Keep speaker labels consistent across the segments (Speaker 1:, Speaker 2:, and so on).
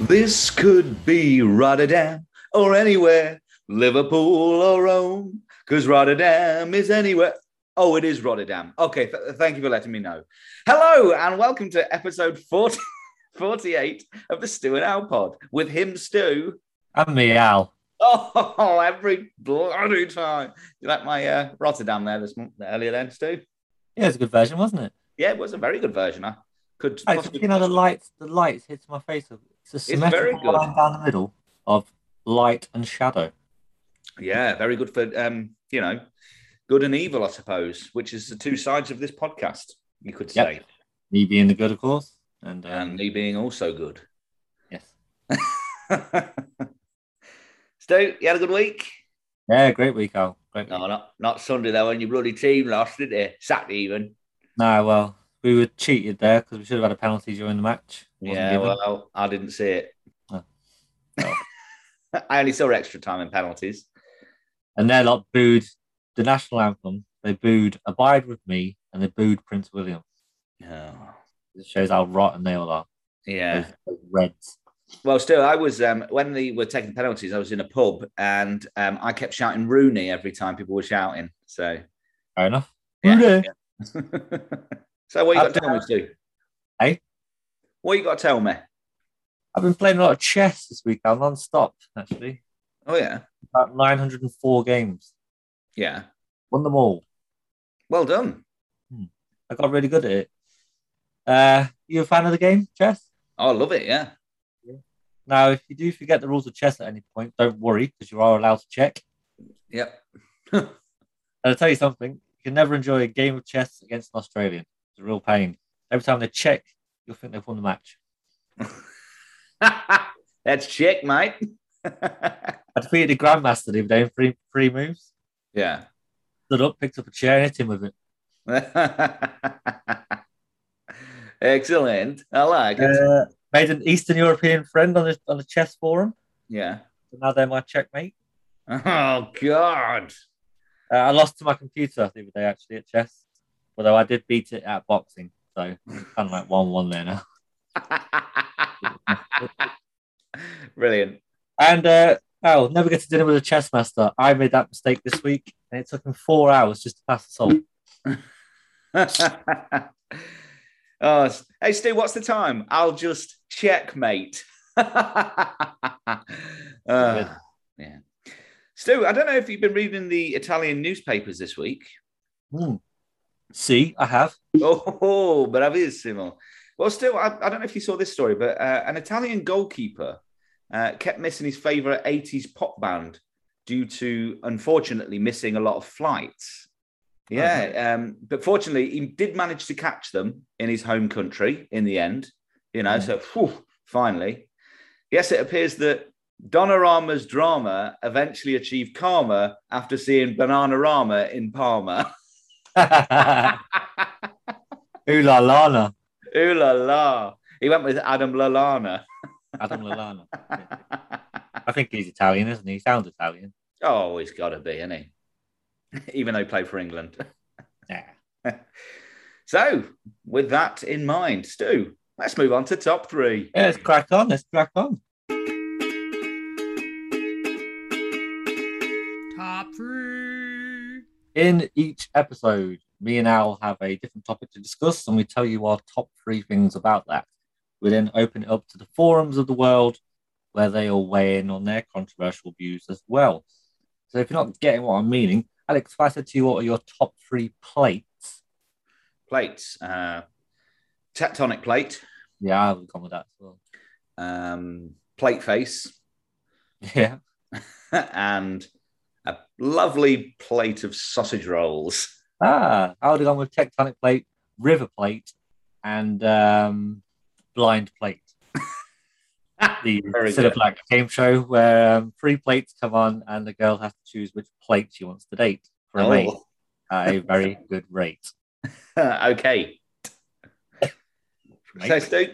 Speaker 1: This could be Rotterdam or anywhere, Liverpool or Rome, because Rotterdam is anywhere. Oh, it is Rotterdam. Okay, th- thank you for letting me know. Hello, and welcome to episode 40, 48 of the Stu and Al pod with him, Stu.
Speaker 2: And me, Al.
Speaker 1: Oh, every bloody time. You like my uh, Rotterdam there this month, earlier then, Stu?
Speaker 2: Yeah, it was a good version, wasn't it?
Speaker 1: Yeah, it was a very good version. I could.
Speaker 2: Hey, just, you know, the lights, the lights hits my face. It's a symmetrical
Speaker 1: good.
Speaker 2: line down the middle of light and shadow.
Speaker 1: Yeah, very good for um, you know, good and evil, I suppose, which is the two sides of this podcast, you could
Speaker 2: Yep.
Speaker 1: say.
Speaker 2: Me being the good, of course, and um,
Speaker 1: And me being also good.
Speaker 2: yes,
Speaker 1: Stu, you had a good week?
Speaker 2: yeah, great week, Al. Great. Week.
Speaker 1: No, not not Sunday though, when your bloody team lost, didn't it? Saturday even.
Speaker 2: No, well, we were cheated there because we should have had a penalty during the match. It wasn't
Speaker 1: Yeah,
Speaker 2: given.
Speaker 1: well, I didn't see it.
Speaker 2: Oh.
Speaker 1: I only saw extra time and penalties.
Speaker 2: and they're lot booed the national anthem. They booed "Abide with Me" and they booed Prince William.
Speaker 1: Yeah.
Speaker 2: It shows how rotten they all are.
Speaker 1: Yeah.
Speaker 2: Those, those Reds.
Speaker 1: Well, still, I was um, when they were taking penalties. I was in a pub, and um, I kept shouting Rooney every time people were shouting. So,
Speaker 2: Fair enough.
Speaker 1: yeah.
Speaker 2: Rooney.
Speaker 1: so what you
Speaker 2: I've
Speaker 1: got to tell me, Stu?
Speaker 2: Hey?
Speaker 1: what you got to tell me?
Speaker 2: I've been playing a lot of chess this week, Al, non-stop actually.
Speaker 1: Oh yeah,
Speaker 2: About 904 games.
Speaker 1: yeah.
Speaker 2: Won them all.
Speaker 1: Well done.
Speaker 2: I got really good at it. Uh, you a fan of the game, chess?
Speaker 1: Oh, I love it. Yeah.
Speaker 2: Now, if you do forget the rules of chess at any point, don't worry because you are allowed to check.
Speaker 1: Yep.
Speaker 2: And I'll tell you something: you can never enjoy a game of chess against an Australian. It's a real pain. Every time they check, you'll think they've won the match.
Speaker 1: That's check, mate.
Speaker 2: I defeated a grandmaster the other day in three, three moves.
Speaker 1: yeah.
Speaker 2: Stood up, picked up a chair, and hit him with it.
Speaker 1: Excellent. I like it.
Speaker 2: Uh, made an Eastern European friend on the on the chess forum.
Speaker 1: yeah.
Speaker 2: So now they're my checkmate.
Speaker 1: Oh God.
Speaker 2: Uh, I lost to my computer the other day actually at chess, although I did beat it at boxing. So kind of like one-one there now.
Speaker 1: Brilliant.
Speaker 2: And uh, oh, never get to dinner with a chess master. I made that mistake this week, and it took him four hours just to pass the salt.
Speaker 1: oh, s- hey, Stu, what's the time? I'll just checkmate. Ah, yeah. Stu, I don't know if you've been reading the Italian newspapers this week.
Speaker 2: Hmm. See, I have.
Speaker 1: Oh, bravissimo. Well, still, I, I don't know if you saw this story, but uh, an Italian goalkeeper uh, kept missing his favorite 80s pop band due to, unfortunately, missing a lot of flights. Yeah. Um, but fortunately, he did manage to catch them in his home country in the end, you know, so phew, finally. Yes, it appears that Donorama's drama eventually achieved karma after seeing Bananarama in Parma.
Speaker 2: Ooh la lana,
Speaker 1: Ooh la la. He went with Adam Lalana.
Speaker 2: Adam Lalana. I think he's Italian, isn't he? He sounds Italian.
Speaker 1: oh, he's got to be, isn't he? Even though he played for England.
Speaker 2: Yeah.
Speaker 1: So, with that in mind, Stu, let's move on to top three.
Speaker 2: yeah, let's crack on. Let's crack on.
Speaker 3: Top three.
Speaker 2: In each episode, me and Al have a different topic to discuss, and we tell you our top three things about that. We then open it up to the forums of the world where they all weigh in on their controversial views as well. So if you're not getting what I'm meaning, Alex, if I said to you, what are your top three plates?
Speaker 1: Plates. Uh, tectonic plate,
Speaker 2: Yeah, I would come with that as well.
Speaker 1: um, plate face,
Speaker 2: Yeah.
Speaker 1: and a lovely plate of sausage rolls.
Speaker 2: Ah, I would have gone with tectonic plate, river plate, and um, blind plate. the
Speaker 1: Very
Speaker 2: Instead of
Speaker 1: good.
Speaker 2: like game show where um, three plates come on and the girl has to choose which plate she wants to date for a rate
Speaker 1: Oh,
Speaker 2: at a very good rate.
Speaker 1: okay. So,
Speaker 2: Mate,
Speaker 1: Stu,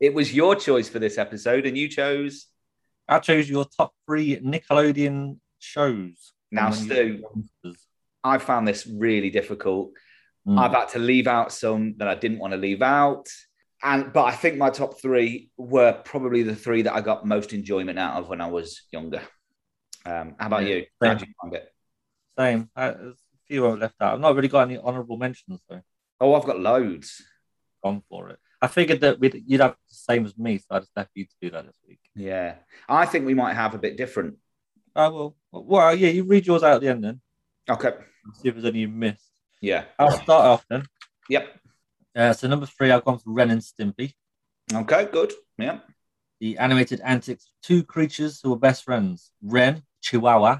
Speaker 1: it was your choice for this episode, and you chose
Speaker 2: I chose your top three Nickelodeon shows.
Speaker 1: Now,
Speaker 2: From when
Speaker 1: Stu,
Speaker 2: you were youngsters.
Speaker 1: I found this really difficult.
Speaker 2: Mm.
Speaker 1: I've had to leave out some that I didn't want to leave out. and but I think my top three were probably the three that I got most enjoyment out of when I was younger. Um, how about
Speaker 2: Yeah,
Speaker 1: you? How do you find it?
Speaker 2: Same. Uh, there's a few I've left out. I've not really got any honourable mentions though.
Speaker 1: Oh, I've got loads.
Speaker 2: Gone for it. I figured that we'd, you'd have the same as me, so I just left you to do that this week.
Speaker 1: Yeah, I think we might have a bit different.
Speaker 2: I will. Well, yeah, you read yours out at the end then.
Speaker 1: Okay.
Speaker 2: See if there's any you missed.
Speaker 1: Yeah.
Speaker 2: I'll start off then.
Speaker 1: Yep.
Speaker 2: Uh, so number three, I've gone for Ren and Stimpy,
Speaker 1: Okay. Good. Yeah.
Speaker 2: the animated antics of two creatures who are best friends: Ren, Chihuahua,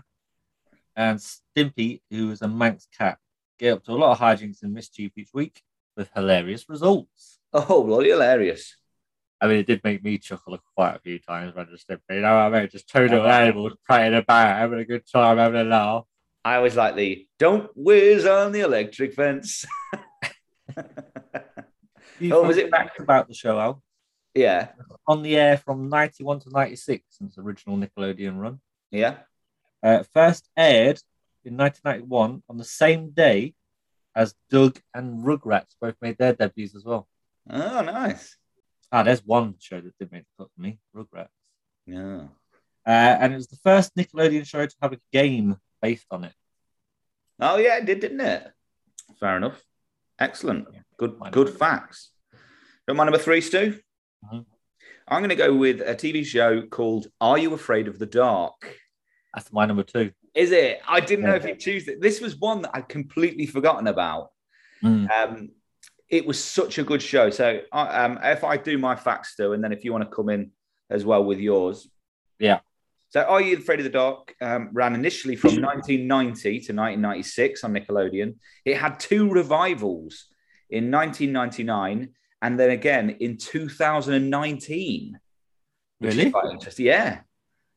Speaker 2: and Stimpy, who is a Manx cat. Get up to a lot of hijinks and mischief each week with hilarious results.
Speaker 1: Oh, bloody hilarious.
Speaker 2: I mean, it did make me chuckle quite a few times when I just did, you know what I mean? Just two little animals playing about, having a good time, having a laugh.
Speaker 1: I always like the "Don't whiz on the electric fence." Oh, was it-
Speaker 2: back about the show, Al?
Speaker 1: yeah.
Speaker 2: On the air from 91 to 96 since the original Nickelodeon run.
Speaker 1: Yeah.
Speaker 2: uh, first aired in 1991 on the same day as Doug and Rugrats both made their debuts as well.
Speaker 1: Oh, nice.
Speaker 2: Ah, there's one show that did make the cut for me, Rugrats.
Speaker 1: Yeah.
Speaker 2: Uh, and it was the first Nickelodeon show to have a game based on it.
Speaker 1: Oh yeah, it did, didn't it? Fair enough. Excellent. Good
Speaker 2: Why not?
Speaker 1: good facts. Got my number three, Stu.
Speaker 2: Mhm.
Speaker 1: I'm gonna go with a TV show called Are You Afraid of the Dark?
Speaker 2: That's my number two.
Speaker 1: Is it? I didn't know if
Speaker 2: Yeah.
Speaker 1: you'd choose it. This was one that I'd completely forgotten about.
Speaker 2: Mm.
Speaker 1: Um, it was such a good show. So I um, if I do my facts, Stu, and then if you want to come in as well with yours.
Speaker 2: Yeah.
Speaker 1: So Are You Afraid of the Dark um, ran initially from 1990 to 1996 on Nickelodeon. It had two revivals in 1999 and then again in 2019. which is
Speaker 2: Really?
Speaker 1: Quite interesting. Yeah.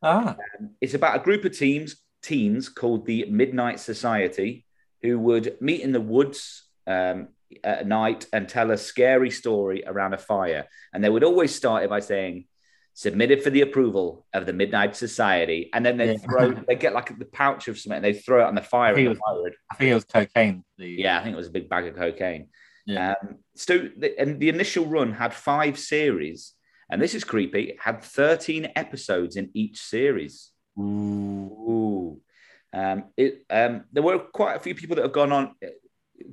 Speaker 2: Ah,
Speaker 1: It's about a group of teams, teens called the Midnight Society, who would meet in the woods um, at night and tell a scary story around a fire. And they would always start it by saying, "Submitted for the approval of the Midnight Society," and then they
Speaker 2: Yeah.
Speaker 1: throw, they get like the pouch of something, and they throw it on the fire.
Speaker 2: He
Speaker 1: And the
Speaker 2: was-
Speaker 1: fire would
Speaker 2: I think it was cocaine. The,
Speaker 1: yeah, I think it was a big bag of cocaine.
Speaker 2: Yeah.
Speaker 1: Um, so, the, and the initial run had five series, and this is creepy. It had thirteen episodes in each series.
Speaker 2: Ooh.
Speaker 1: Ooh. Um, it, um, there were quite a few people that have gone on,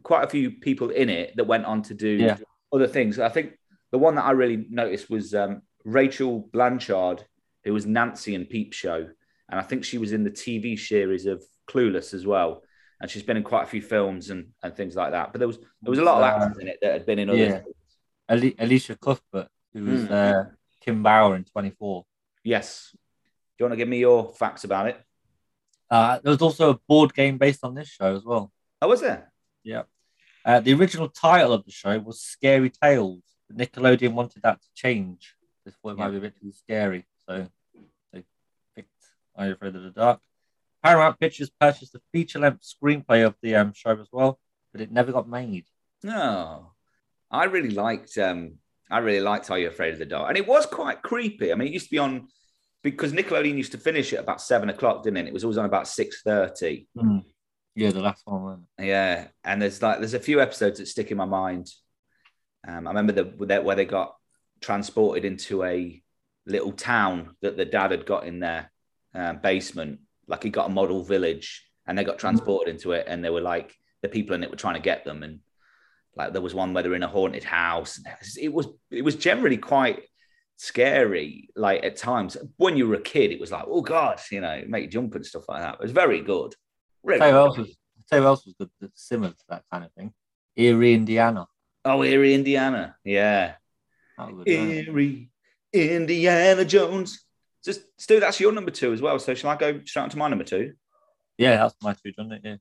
Speaker 1: quite a few people in it that went on to do
Speaker 2: Yeah.
Speaker 1: other things. I think the one that I really noticed was um, Rachel Blanchard, who was Nancy in Peep Show. And I think she was in the TV series of Clueless as well. And she's been in quite a few films and, and things like that. But there was there was a lot of
Speaker 2: Uh,
Speaker 1: actors in it that had been in other
Speaker 2: yeah.
Speaker 1: things.
Speaker 2: Ali- Alicia Cuthbert, who was
Speaker 1: Mm.
Speaker 2: uh, Kim Bauer in 24.
Speaker 1: Yes. Do you want to give me your facts about it?
Speaker 2: Uh, there was also a board game based on this show as well.
Speaker 1: Oh, was there?
Speaker 2: Uh, the original title of the show was Scary Tales. but Nickelodeon wanted that to change. This thought it might be a bit too scary, so they picked Are You Afraid of the Dark? Paramount Pictures purchased the feature-length screenplay of the um, show as well, but it never got made.
Speaker 1: No, I really liked. Um, I really liked Are You Afraid of the Dark? And it was quite creepy. I mean, it used to be on because Nickelodeon used to finish at about seven o'clock, didn't it? It was always on about six thirty.
Speaker 2: Yeah, the last one. Wasn't
Speaker 1: Yeah, and there's like there's a few episodes that stick in my mind. Um, I remember the that- where they got transported into a little town that the dad had got in their uh, basement. Like he got a model village, and they got transported into it, and they were like the people in it were trying to get them, and like there was one where they're in a haunted house. and it was- It was it was generally quite scary. Like at times when you were a kid, it was like oh god, you know, make you jump and stuff like that. It was very good.
Speaker 2: it?
Speaker 1: Really
Speaker 2: Tell you what else
Speaker 1: good.
Speaker 2: was, tell you what else was good, that's similar to that kind of thing. Erie, Indiana.
Speaker 1: Oh, Erie, Indiana. Yeah.
Speaker 2: That was a good one.
Speaker 1: Erie, Indiana Jones. Just Stu, that's your number two as well. So shall I go straight on to my number two?
Speaker 2: Yeah, that's my two, done it? Yeah.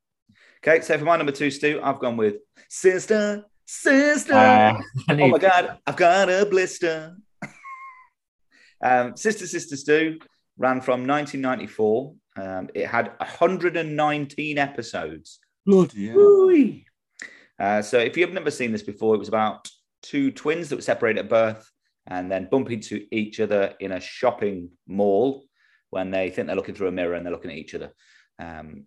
Speaker 1: Okay, so for my number two, Stu, I've gone with Sister, Sister.
Speaker 2: Uh, I
Speaker 1: oh
Speaker 2: need-
Speaker 1: my god, I've got a blister. um, Sister Sister Stu ran from 1994. Um, it had 119 episodes.
Speaker 2: Bloody hell.
Speaker 1: Woo-wee. Uh, so if you've never seen this before, it was about two twins that were separated at birth and then bump into each other in a shopping mall when they think they're looking through a mirror and they're looking at each other. Um,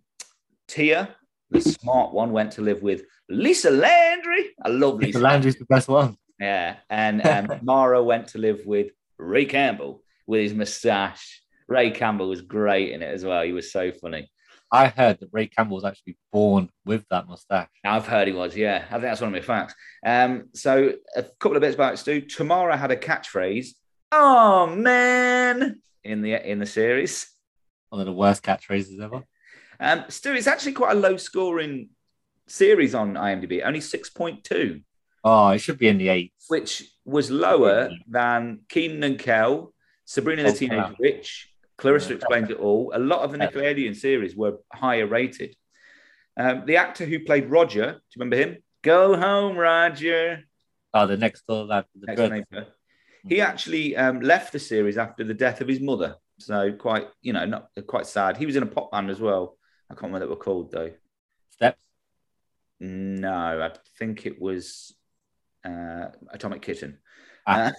Speaker 1: Tia, the smart one, went to live with Lisa Landry. I love
Speaker 2: The
Speaker 1: Lisa.
Speaker 2: Landry's the best one.
Speaker 1: Yeah, and um, Mara went to live with Ray Campbell with his moustache. Ray Campbell was great in it as well. He was so funny.
Speaker 2: I heard that Ray Campbell was actually born with that mustache.
Speaker 1: I've heard he was, yeah. I think that's one of my facts. Um, so a couple of bits about it, Stu. Tamara had a catchphrase, "Oh man," in the in the series.
Speaker 2: One of the worst catchphrases ever.
Speaker 1: Um, Stu, it's actually quite a low scoring series on IMDb, only six point two,
Speaker 2: Oh, it should be in the eights.
Speaker 1: which was lower than Keenan and Kel, Sabrina the
Speaker 2: Oh,
Speaker 1: Teenage
Speaker 2: wow.
Speaker 1: Witch, Clarissa
Speaker 2: Yeah.
Speaker 1: Explains It All. A lot of the
Speaker 2: Yeah.
Speaker 1: Nickelodeon series were higher rated. Um, the actor who played Roger, do you remember him? Go home, Roger.
Speaker 2: Oh, the next door lad. with The
Speaker 1: next
Speaker 2: dread.
Speaker 1: neighbor. He actually um, left the series after the death of his mother, so quite you know not quite sad. He was in a pop band as well. I can't remember what they were called though.
Speaker 2: Steps.
Speaker 1: No, I think it was uh, Atomic Kitten.
Speaker 2: Ah.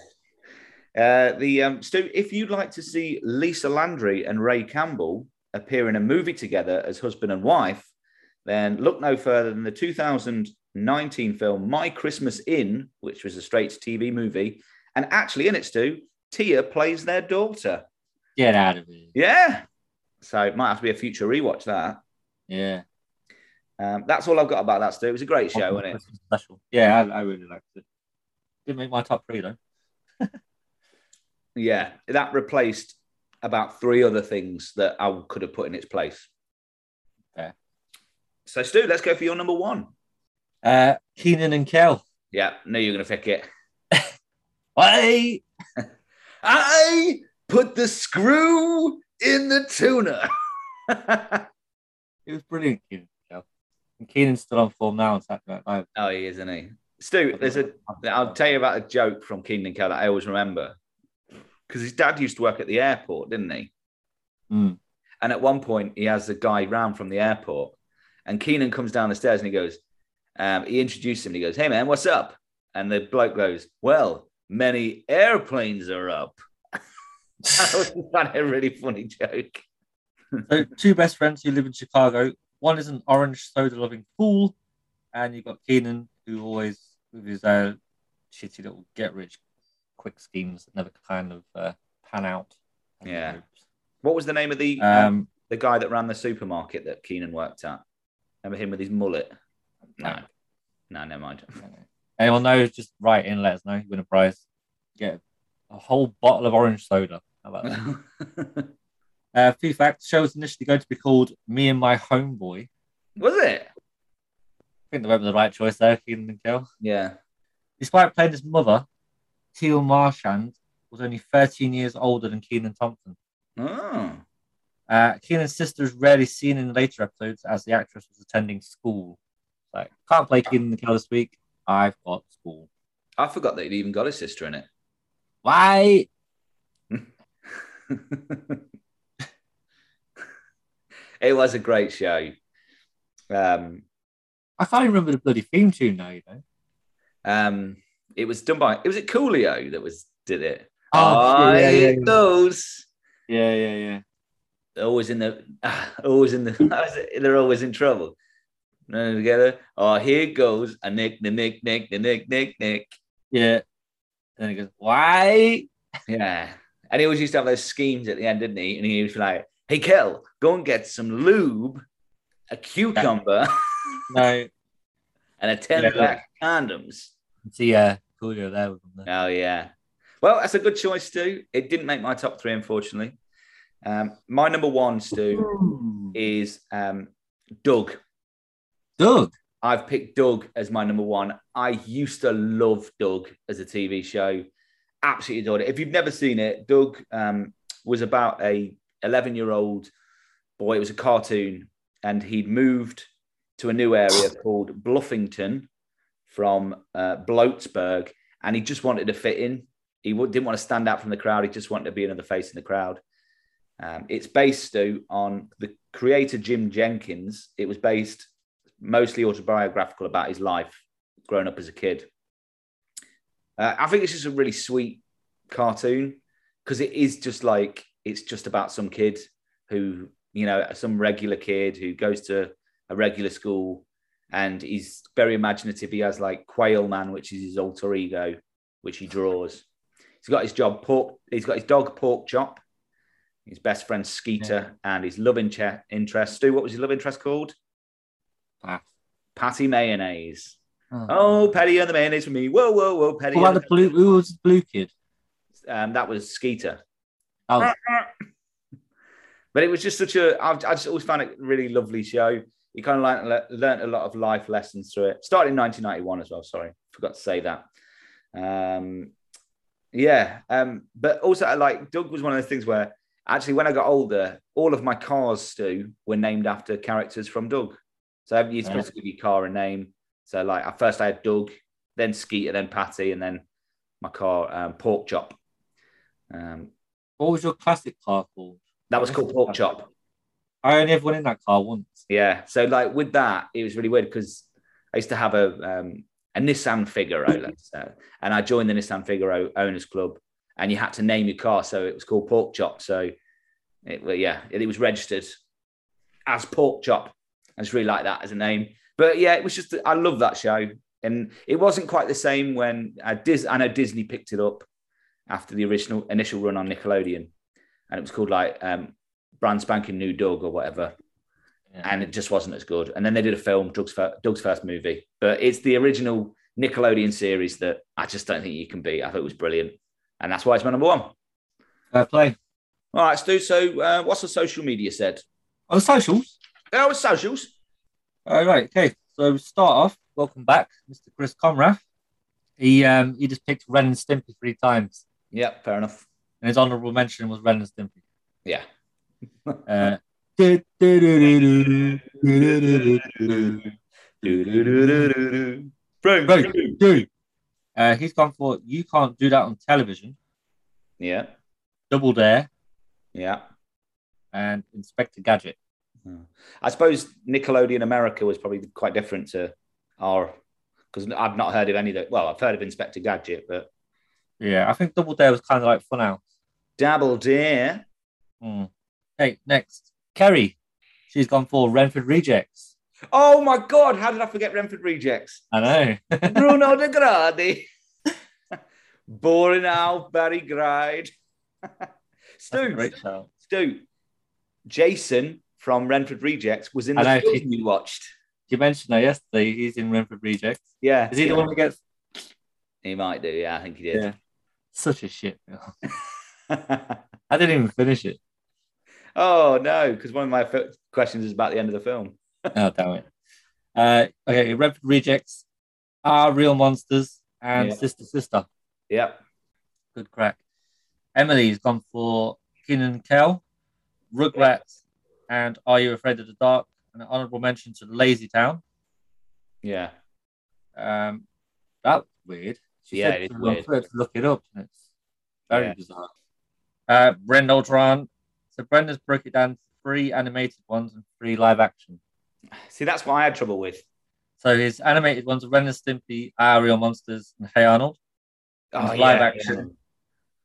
Speaker 1: Uh, uh, the um, Stu, if you'd like to see Lisa Landry and Ray Campbell appear in a movie together as husband and wife, then look no further than the 2019 film My Christmas Inn, which was a straight to TV movie, and actually in it, Stu, Tia plays their daughter.
Speaker 2: Get out of here.
Speaker 1: Yeah, so it might have to be a future rewatch. That
Speaker 2: Yeah.
Speaker 1: um, that's all I've got about that, Stu. It was a great show,
Speaker 2: Oh,
Speaker 1: wasn't it?
Speaker 2: Christmas Special. Yeah, I, I really liked it. Didn't make my top three though.
Speaker 1: Yeah, that replaced about three other things that I could have put in its place.
Speaker 2: Fair.
Speaker 1: So, Stu, let's go for your number one.
Speaker 2: Uh, Keenan and Kel.
Speaker 1: Yeah, no, you're going to pick it.
Speaker 2: Hey,
Speaker 1: I put the screw in the tuna.
Speaker 2: it was brilliant, Keenan and Kel. And Keenan's still on form now on Saturday Night Live.
Speaker 1: oh, he is, isn't he? Stu, there's a. I'll tell you about a joke from Keenan Kell that I always remember because his dad used to work at the airport, didn't he?
Speaker 2: Mm.
Speaker 1: And at one point, he has the guy round from the airport, and Keenan comes down the stairs and he goes, um, he introduced him and he goes, "Hey man, what's up?" And the bloke goes, "Well, many airplanes are up." I always found it a really funny joke.
Speaker 2: So two best friends who live in Chicago. One is an orange soda loving fool, and you've got Keenan who always with his uh, shitty little get rich quick schemes that never kind of uh, pan out.
Speaker 1: Yeah. What was the name of the um,
Speaker 2: Um,
Speaker 1: the guy that ran the supermarket that Keenan worked at? Remember him with his mullet? No, no, never mind.
Speaker 2: Anyone knows? Just write in. Let us know. You win a prize. Get a whole bottle of orange soda. How about that? uh, few facts. Show was initially going to be called "Me and My Homeboy." I
Speaker 1: was it?
Speaker 2: think they went with the right choice there, Keenan and Kel.
Speaker 1: Yeah.
Speaker 2: Despite playing his mother, Teal Marchand was only 13 years older than Keenan Thompson.
Speaker 1: Oh,
Speaker 2: Uh, Keenan's sister is rarely seen in later episodes as the actress was attending school. Like, can't play Keenan and Kel this week. I've got school.
Speaker 1: I forgot that he'd even got his sister in it.
Speaker 2: Why?
Speaker 1: it was a great show. Um,
Speaker 2: I can't even remember the bloody theme tune now, you know.
Speaker 1: um, it was done by. It was it Coolio that was did it.
Speaker 2: Oh,
Speaker 1: Ah,
Speaker 2: yeah, yeah,
Speaker 1: here
Speaker 2: yeah.
Speaker 1: it goes.
Speaker 2: Yeah, yeah, yeah.
Speaker 1: Always in the. Always in the. They're always in trouble. None together. Oh, here it goes. A nick, the nick, nick, the nick, nick, nick.
Speaker 2: Yeah. And he goes, Why?
Speaker 1: Yeah. And he always used to have those schemes at the end, didn't he? And he was like, hey, Kel, go and get some lube, a cucumber,
Speaker 2: No.
Speaker 1: and a 10
Speaker 2: Yeah,
Speaker 1: pack condoms.
Speaker 2: See, uh, Coolio there with him there.
Speaker 1: Oh, yeah. Well, that's a good choice, Stu. It didn't make my top three, unfortunately. Um, my number one, Stu,
Speaker 2: Ooh.
Speaker 1: is um, Doug.
Speaker 2: Doug.
Speaker 1: I've picked Doug as my number one. I used to love Doug as a TV show. Absolutely adored it. If you've never seen it, Doug um, was about a 11 year old boy. It was a cartoon, and he'd moved to a new area called Bluffington from uh, Bloatsburg, and he just wanted to fit in. He w- didn't want to stand out from the crowd. He just wanted to be another face in the crowd. Um, it's based Stu, on the creator Jim Jenkins. It was based mostly autobiographical about his life growing up as a kid. Uh, I think it's just a really sweet cartoon because it is just like it's just about some kid who, you know, some regular kid who goes to a regular school and he's very imaginative. He has like Quail Man, which is his alter ego, which he draws. He's got his job pork. He's got his dog pork chop, his best friend Skeeter, and his love inche- interest. Stu, what was his love interest called?
Speaker 2: Pass.
Speaker 1: Patty Mayonnaise. Oh, Patty and the mayonnaise for me. Whoa, whoa, whoa, Patty.
Speaker 2: What
Speaker 1: and
Speaker 2: about the blue? Who was the blue kid?
Speaker 1: um, that was Skeeter.
Speaker 2: Oh,
Speaker 1: But it was just such a. I've, I just always found it a really lovely show. You kind of learned, learned a lot of life lessons through it. Started in 1991 as well. Sorry, forgot to say that. Um, yeah, um, but also I like Doug was one of those things where actually when I got older, all of my cars, Stu, were named after characters from Doug. So you're supposed to give your car a name. So like at first I had Doug, then Skeeter, then Patty, and then my car um, Pork Chop. Um,
Speaker 2: what was your classic car called?
Speaker 1: that was called Pork Chop.
Speaker 2: I only ever went in that car once.
Speaker 1: Yeah. So like with that, it was really weird because I used to have a um, a Nissan Figaro, let's say, and I joined the Nissan Figaro owners club, and you had to name your car, so it was called Pork Chop. So it well, yeah, it, it was registered as Pork Chop. I just really like that as a name. But yeah, it was just I love that show, and it wasn't quite the same when uh, Dis- I know Disney picked it up after the original initial run on Nickelodeon, and it was called like um, Brand Spanking New Dog or whatever and it just wasn't as good. And then they did a film, Doug's, fir- Doug's first movie, but it's the original Nickelodeon series that I just don't think you can beat. I thought it was brilliant, and that's why it's my number one. All
Speaker 2: Fair play.
Speaker 1: right, Stu. So, uh, what's the social media said?
Speaker 2: On socials.
Speaker 1: Oh, it's socials.
Speaker 2: All right. Okay. So we start off. Welcome back, Mr. Chris Conrath. He um he just picked Ren and Stimpy three times,
Speaker 1: Yeah, fair enough.
Speaker 2: and his honourable mention was Ren and Stimpy.
Speaker 1: Yeah,
Speaker 2: Uh, uh,
Speaker 1: Doo-doo-doo-doo-doo-doo. Frank.
Speaker 2: Frank. uh, he's gone for you can't do that on television.
Speaker 1: Yeah,
Speaker 2: Double Dare
Speaker 1: yeah.
Speaker 2: and Inspector Gadget.
Speaker 1: I suppose Nickelodeon America was probably quite different to our because I've not heard of any of that. Well, I've heard of Inspector Gadget, but
Speaker 2: Yeah, I think Double Dare was kind of like fun out.
Speaker 1: Dabble Dare.
Speaker 2: Hmm. Okay, next Kerry. She's gone for Renford Rejects.
Speaker 1: Oh my God! How did I forget Renford Rejects?
Speaker 2: I know.
Speaker 1: Bruno de Gradi. Boring out, Barry Gride.
Speaker 2: That's a
Speaker 1: Stu,
Speaker 2: great shout.
Speaker 1: Stu, Jason from Renford Rejects was in the
Speaker 2: I know.
Speaker 1: film you watched.
Speaker 2: You mentioned that yesterday. He's in Renford Rejects.
Speaker 1: Yeah.
Speaker 2: Is he the one that gets
Speaker 1: He might do. Yeah, I think he did.
Speaker 2: such a shit? film. I didn't even finish it.
Speaker 1: oh, no, because one of my f- questions is about the end of the film.
Speaker 2: Oh damn it. Uh, okay, Renford Rejects are real monsters and
Speaker 1: Yeah.
Speaker 2: sister sister.
Speaker 1: Yep.
Speaker 2: Good crack. Emily's gone for Keenan Kel, Rugrats, and Are You Afraid of the Dark? And an honourable mention to Lazy Town.
Speaker 1: Yeah.
Speaker 2: Um, that's weird. She
Speaker 1: Yeah,
Speaker 2: said
Speaker 1: it is
Speaker 2: to
Speaker 1: weird.
Speaker 2: look- to look it up, and it's very
Speaker 1: Yeah.
Speaker 2: bizarre. Uh, Brenda Ultron. So Brenda's broke it down to three animated ones and three live action.
Speaker 1: See, that's what I had trouble with.
Speaker 2: So his animated ones are Ren and Stimpy, Are Real Monsters, and Hey Arnold.
Speaker 1: Oh,
Speaker 2: Live
Speaker 1: yeah,
Speaker 2: action.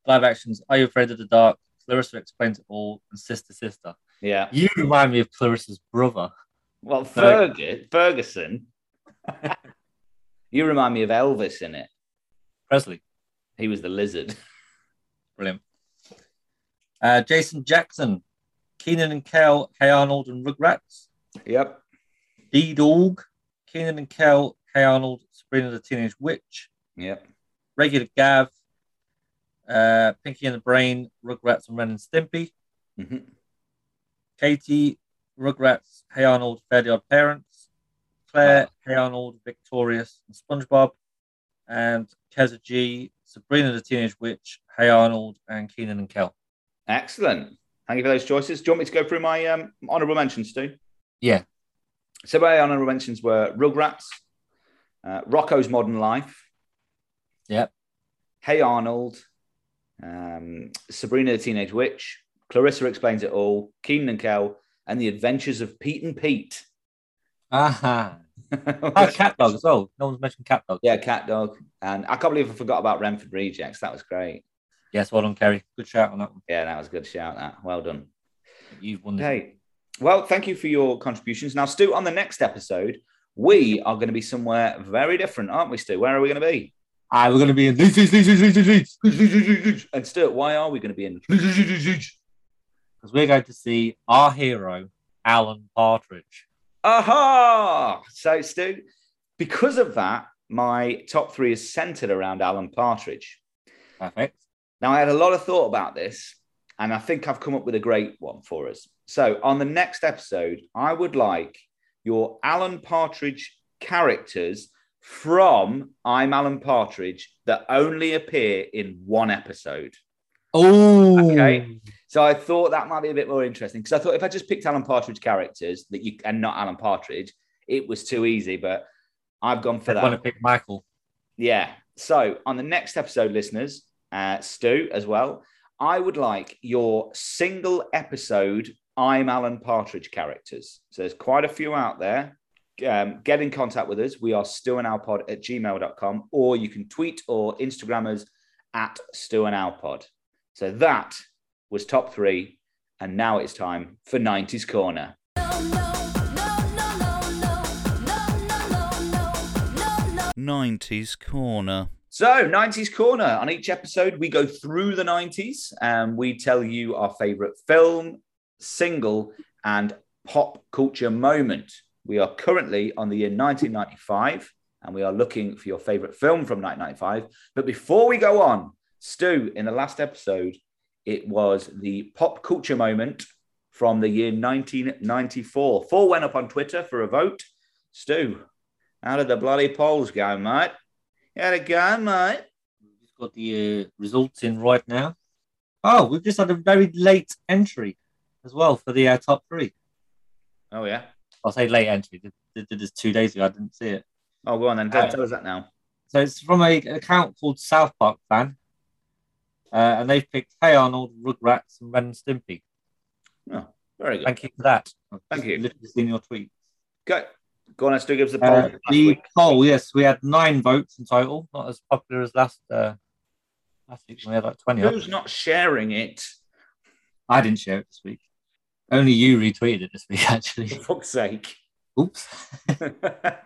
Speaker 2: Live actions Are You Afraid of the Dark? Clarissa Explains It All, and Sister Sister.
Speaker 1: Yeah.
Speaker 2: You remind me of Clarissa's brother.
Speaker 1: Well,
Speaker 2: Ferg-
Speaker 1: Ferg- Ferguson. you remind me of Elvis in it.
Speaker 2: Presley.
Speaker 1: He was the lizard.
Speaker 2: Brilliant. Uh, Jason Jackson, Keenan and Kel, Hey Arnold, and Rugrats.
Speaker 1: Yep.
Speaker 2: D Dog, Keenan and Kel, Hey Arnold, Sabrina the Teenage Witch,
Speaker 1: Yep.
Speaker 2: Regular Gav, uh, Pinky and the Brain, Rugrats and Ren and Stimpy,
Speaker 1: hmm
Speaker 2: Katie, Rugrats, Hey Arnold, Fair the Odd Parents, Claire, Hey Arnold, Victorious, and SpongeBob, and Keza G, Sabrina the Teenage Witch, Hey Arnold, and Keenan and Kel.
Speaker 1: Excellent. Thank you for those choices. Do you want me to go through my um, honourable mentions, Stu?
Speaker 2: Yeah.
Speaker 1: So my honourable mentions were Rugrats, uh, Rocco's Modern Life.
Speaker 2: Yep.
Speaker 1: Hey Arnold, um, Sabrina the Teenage Witch, Clarissa Explains It All, Keenan and Kel, and The Adventures of Pete and Pete.
Speaker 2: Aha. Oh, Cat Dog as well. No one's mentioned Cat Dog.
Speaker 1: yeah, Cat Dog. And I can't believe I forgot about Renford Rejects. That was great.
Speaker 2: Yes, well done, Kerry. Good shout on that one.
Speaker 1: Yeah, that was a good shout. That well done.
Speaker 2: You've won this.
Speaker 1: Okay. Well, thank you for your contributions. Now, Stu, on the next episode, we are going to be somewhere very different, aren't we, Stu? Where are we going to be?
Speaker 2: Ah, we're going to be in Leeds, Leeds, Leeds, Leeds, Leeds, Leeds, Leeds, Leeds, Leeds, Leeds,
Speaker 1: And Stuart, why are we going to be in?
Speaker 2: Leeds, Leeds, Leeds, Leeds, Leeds. Because we're going to see our hero, Alan Partridge.
Speaker 1: Aha! So, Stu, because of that, my top three is centered around Alan Partridge.
Speaker 2: Perfect.
Speaker 1: Now, I had a lot of thought about this, and I think I've come up with a great one for us. So, on the next episode, I would like your Alan Partridge characters from I'm Alan Partridge that only appear in one episode.
Speaker 2: Oh,
Speaker 1: Okay. So I thought that might be a bit more interesting because I thought if I just picked Alan Partridge characters that you and not Alan Partridge, it was too easy. But I've gone for
Speaker 2: I want to
Speaker 1: that.
Speaker 2: pick Michael.
Speaker 1: Yeah. So on the next episode, listeners, uh, Stu as well, I would like your single episode I'm Alan Partridge characters. So there's quite a few out there. Um, get in contact with us. We are Stu and Alpod at gmail.com, or you can tweet or Instagram us at Stu and Alpod. So that was top three. And now it's time for 90s Corner.
Speaker 4: No, no, no, no, no, no, no, no, no, no, no.
Speaker 5: 90s Corner.
Speaker 1: So, 90s Corner. On each episode, we go through the 90s and we tell you our favorite film, single, and pop culture moment. We are currently on the year 1995 and we are looking for your favorite film from 1995. But before we go on, Stu, in the last episode, it was the pop culture moment from the year 1994. Four went up on Twitter for a vote. Stu, how did the bloody polls go, mate? Had a go, mate.
Speaker 2: We've got the uh, results in right now. Oh, we've just had a very late entry as well for the uh, top three.
Speaker 1: Oh yeah.
Speaker 2: I'll say late entry. They- They did this two days ago. I didn't see it.
Speaker 1: Oh, go on then. Tell,
Speaker 2: Uh,
Speaker 1: tell us that now.
Speaker 2: So it's from a, an account called South Park Fan, uh, and they've picked Hey Arnold, Rugrats, and Ren and Stimpy.
Speaker 1: Oh, Very good.
Speaker 2: Thank you for that. I've
Speaker 1: Thank you.
Speaker 2: Literally seen your tweet.
Speaker 1: Go, go on. Let's do give us the poll.
Speaker 2: Uh,
Speaker 1: last
Speaker 2: the
Speaker 1: week.
Speaker 2: poll, yes, we had nine votes in total. Not as popular as last uh, last week. when We had like twenty. odd.
Speaker 1: Who's not sharing it?
Speaker 2: I didn't share it this week. Only you retweeted it this week, actually.
Speaker 1: For fuck's sake.
Speaker 2: Oops. Uh,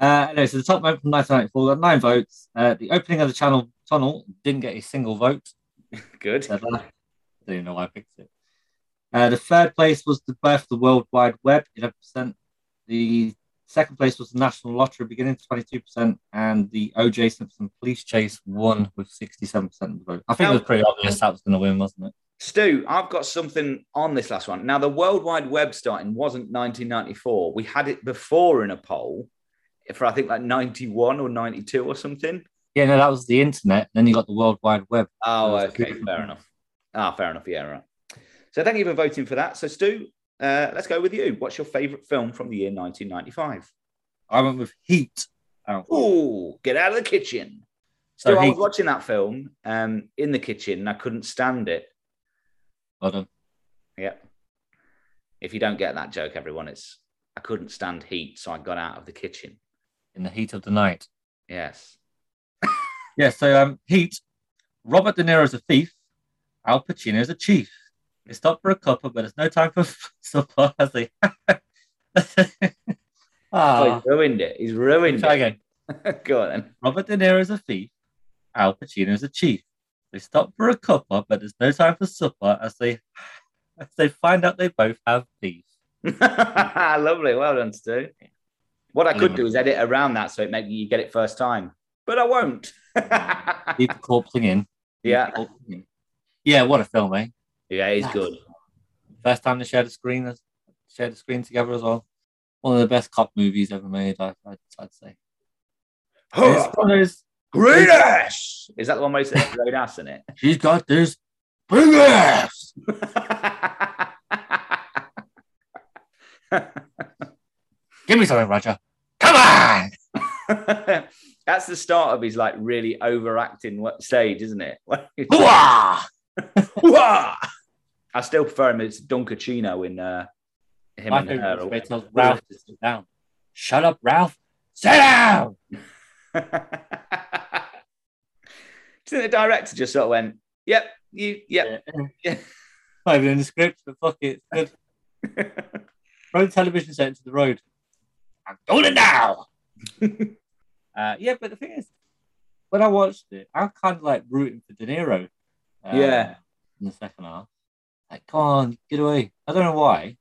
Speaker 2: anyway, so the top vote from 1994 got nine votes. Uh, the opening of the channel tunnel didn't get a single vote.
Speaker 1: good.
Speaker 2: I don't even know why I picked it. Uh, the third place was the birth of the World Wide Web, 11%. The second place was the National Lottery beginning, 22%. And the OJ Simpson police chase won with 67% of the vote. I think it was pretty obvious that was going to win, wasn't it?
Speaker 1: Stu, I've got something on this last one. Now, the World Wide Web starting wasn't 1994. We had it before in a poll for I think like 91 or 92 or something.
Speaker 2: Yeah, no, that was the internet. Then you got the World Wide Web.
Speaker 1: Oh,
Speaker 2: That's
Speaker 1: okay.
Speaker 2: good.
Speaker 1: Fair enough. Ah, fair enough. Yeah, right. So thank you for voting for that. So, Stu, uh, let's go with you. What's your favourite film from the year 1995?
Speaker 2: I went with Heat. Oh,
Speaker 1: Oh, get out of the kitchen.
Speaker 2: So
Speaker 1: Stu, I
Speaker 2: Heat.
Speaker 1: was watching that film um, in the kitchen and I couldn't stand it.
Speaker 2: well done.
Speaker 1: Yep. If you don't get that joke, everyone, it's I couldn't stand heat, so I got out of the kitchen.
Speaker 2: In the heat of the night.
Speaker 1: Yes.
Speaker 2: Yeah, so um, Heat, Robert De Niro's a thief, Al Pacino's a chief. They stop for a cuppa, but it's no time for supper as they.
Speaker 1: Oh,
Speaker 2: ah,
Speaker 1: he's ruined it. He's ruined
Speaker 2: try
Speaker 1: it.
Speaker 2: again.
Speaker 1: Go on then.
Speaker 2: Robert De Niro's a thief, Al Pacino's a chief. They stop for a cuppa, but there's no time for supper as they as they find out they both have beef.
Speaker 1: Lovely. Well done, Stu. What I could
Speaker 2: Anyway.
Speaker 1: do is edit around that so it make you get it first time, but I won't.
Speaker 2: Leave the corpse in. Leave
Speaker 1: yeah.
Speaker 2: the corpse in. Yeah, what a film, eh?
Speaker 1: Yeah, he's good.
Speaker 2: First time they shared a screen, shared a screen together as well. One of the best cop movies ever made, I, I'd, I'd say. It's one of those,
Speaker 1: Great ass. Is that the one where he says great ass in it?
Speaker 2: She's got this big ass. Give me something, Roger. Come on.
Speaker 1: That's the start of his like really overacting what stage, isn't it?
Speaker 2: Hoo-ah!
Speaker 1: I still prefer him as Dunkachino in uh, him
Speaker 2: My
Speaker 1: and
Speaker 2: favorite
Speaker 1: her.
Speaker 2: was
Speaker 1: or
Speaker 2: when he tells
Speaker 1: whatever.
Speaker 2: Ralph to sit down. Shut up, Ralph. Sit down.
Speaker 1: Do you think the director just sort of went, "Yep, you, yep, Yeah.
Speaker 2: Not even in the script, but fuck it. It's good. road television set into the road. I'm doing it now. uh, yeah, but the thing is, when I watched it, I was kind of like rooting for De Niro. uh,
Speaker 1: Yeah.
Speaker 2: In the second half, like, come on, get away. I don't know why.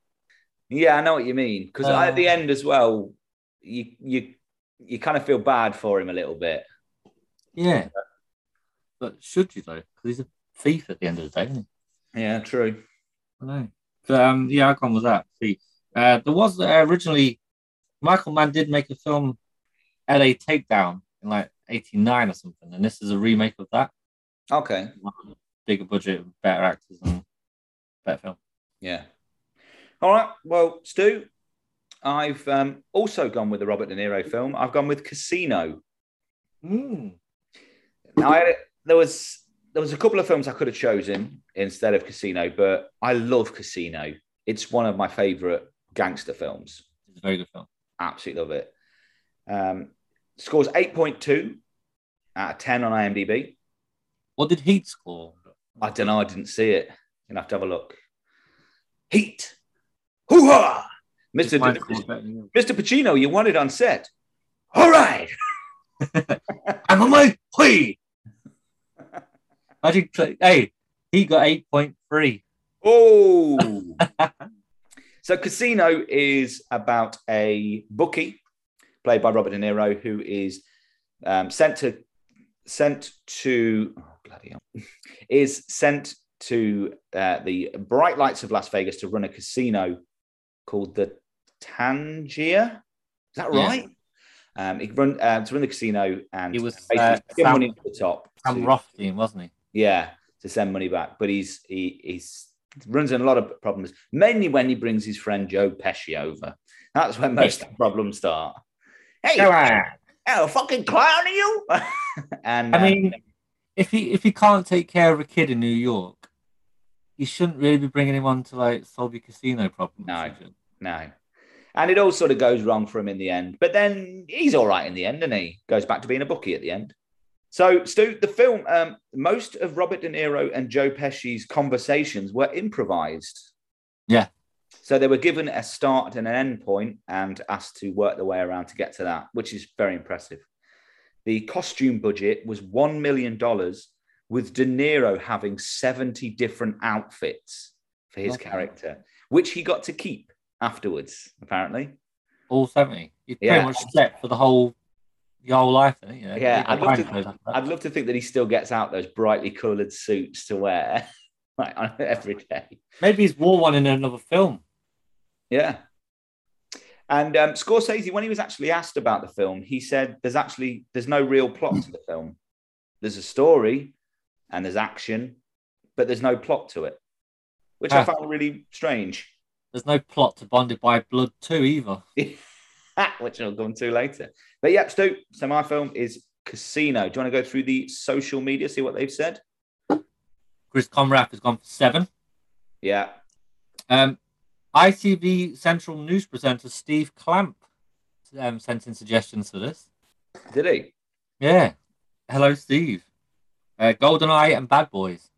Speaker 1: Yeah, I know what you mean. Because at the
Speaker 2: Uh.
Speaker 1: end as well, you you you kind of feel bad for him a little bit.
Speaker 2: Yeah. But should you though? Because he's a thief at the end of the day. Isn't he?
Speaker 1: Yeah, true.
Speaker 2: I know. But, um, yeah, Icon was that. See, uh, there was uh, originally Michael Mann did make a film, LA Takedown, in like '89 or something, and this is a remake of that.
Speaker 1: Okay.
Speaker 2: Bigger budget, better actors, and better film.
Speaker 1: Yeah. All right. Well, Stu, I've um, also gone with the Robert De Niro film. I've gone with Casino.
Speaker 2: Hmm.
Speaker 1: Now, I, there was there was a couple of films I could have chosen instead of Casino, but I love Casino. It's one of my favorite gangster films.
Speaker 2: It's a very good film.
Speaker 1: Absolutely love it. Um, scores eight point two out of ten on IMDb.
Speaker 2: What did Heat score?
Speaker 1: I don't know. I didn't see it. You'll have to have a look. Heat. Hoo-ha! Mr.
Speaker 2: Mine
Speaker 1: De-
Speaker 2: scored better than yours.
Speaker 1: Mr. Pacino, you wanted on set. All right.
Speaker 2: I'm on my way. I did. click- Hey, he got eight point three.
Speaker 1: Oh. so Casino is about a bookie played by Robert De Niro who is um, sent to sent to oh, bloody hell, is sent to uh, the bright lights of Las Vegas to run a casino called the Tangier. Is that
Speaker 2: Yeah.
Speaker 1: right? Um, he run uh, to run the casino and
Speaker 2: He was,
Speaker 1: basically
Speaker 2: uh,
Speaker 1: skim
Speaker 2: Sam-
Speaker 1: money to the top.
Speaker 2: Sam
Speaker 1: to-
Speaker 2: Rothstein, wasn't he?
Speaker 1: yeah, to send money back. But he's he he's runs in a lot of problems, mainly when he brings his friend Joe Pesci over. That's when most of the problems start. Hey,
Speaker 2: Come on.
Speaker 1: oh fucking clown are you? and uh,
Speaker 2: I mean, if he if he can't take care of a kid in New York, you shouldn't really be bringing him on to like solve your casino problem.
Speaker 1: No. no. And it all sort of goes wrong for him in the end. But then he's all right in the end, and he goes back to being a bookie at the end. So, Stu, the film, um, most of Robert De Niro and Joe Pesci's conversations were improvised.
Speaker 2: Yeah.
Speaker 1: So they were given a start and an end point and asked to work their way around to get to that, which is very impressive. The costume budget was $1 million, with De Niro having 70 different outfits for his
Speaker 2: Not bad.
Speaker 1: character, which he got to keep afterwards, apparently.
Speaker 2: All seventy. You're
Speaker 1: Yeah.
Speaker 2: pretty much set for the whole your whole life, isn't it? You know,
Speaker 1: Yeah,
Speaker 2: you're
Speaker 1: I'd love
Speaker 2: fine
Speaker 1: to-
Speaker 2: for that.
Speaker 1: I'd love to think that he still gets out those brightly coloured suits to wear like, on every day.
Speaker 2: Maybe he's wore one in another film.
Speaker 1: Yeah. And um, Scorsese, when he was actually asked about the film, he said, "There's actually there's no real plot to the film. There's a story, and there's action, but there's no plot to it," which I
Speaker 2: Ah.
Speaker 1: found really strange.
Speaker 2: There's no plot to Bonded by Blood too either.
Speaker 1: which I'll come to later. But yeah, Stu. So my film is Casino. Do you want to go through the social media, see what they've said?
Speaker 2: Chris Conrad has gone for seven.
Speaker 1: Yeah.
Speaker 2: Um, ITV Central News presenter Steve Clamp um, sent in suggestions for this.
Speaker 1: Did he?
Speaker 2: Yeah. Hello, Steve. Uh, GoldenEye and Bad Boys.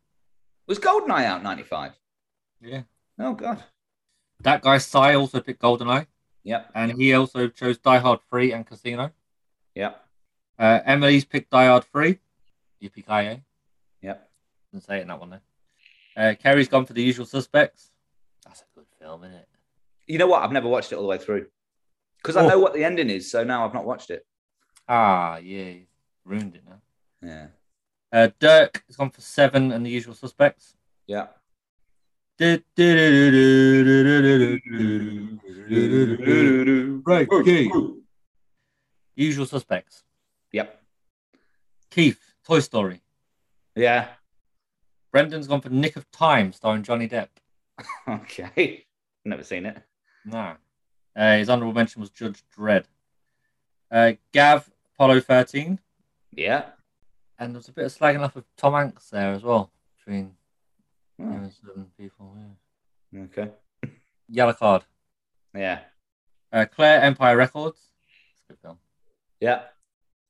Speaker 1: Was Goldeneye out '95?
Speaker 2: Yeah.
Speaker 1: Oh God.
Speaker 2: That guy Sai also picked GoldenEye,
Speaker 1: Yep.
Speaker 2: and he also chose Die Hard 3 and Casino.
Speaker 1: Yep.
Speaker 2: Uh, Emily's picked Die Hard 3. Yippee-ki-yay.
Speaker 1: Yep.
Speaker 2: Didn't say it in that one, though. Uh, Kerry's gone for The Usual Suspects. That's a good film, isn't it?
Speaker 1: You know what? I've never watched it all the way through because I
Speaker 2: Oh.
Speaker 1: know what the ending is. So now I've not watched it.
Speaker 2: Ah, yeah. Ruined it now.
Speaker 1: Yeah.
Speaker 2: Uh, Dirk has gone for 7 and The Usual Suspects.
Speaker 1: Yeah.
Speaker 2: Usual Right, okay. Suspects.
Speaker 1: Yep.
Speaker 2: Keith, Toy Story.
Speaker 1: Yeah.
Speaker 2: Brendan's gone for Nick of Time, starring Johnny Depp.
Speaker 1: Okay. Never seen it.
Speaker 2: No. Uh, his honorable mention was Judge Dredd. Uh, Gav, Apollo 13.
Speaker 1: Yeah.
Speaker 2: And there's a bit of slagging off of Tom Hanks there as well, between him
Speaker 1: Oh,
Speaker 2: and certain people. Yeah.
Speaker 1: okay.
Speaker 2: Yellow Card.
Speaker 1: Yeah.
Speaker 2: Uh, Claire, Empire Records. It's a good film.
Speaker 1: Yeah.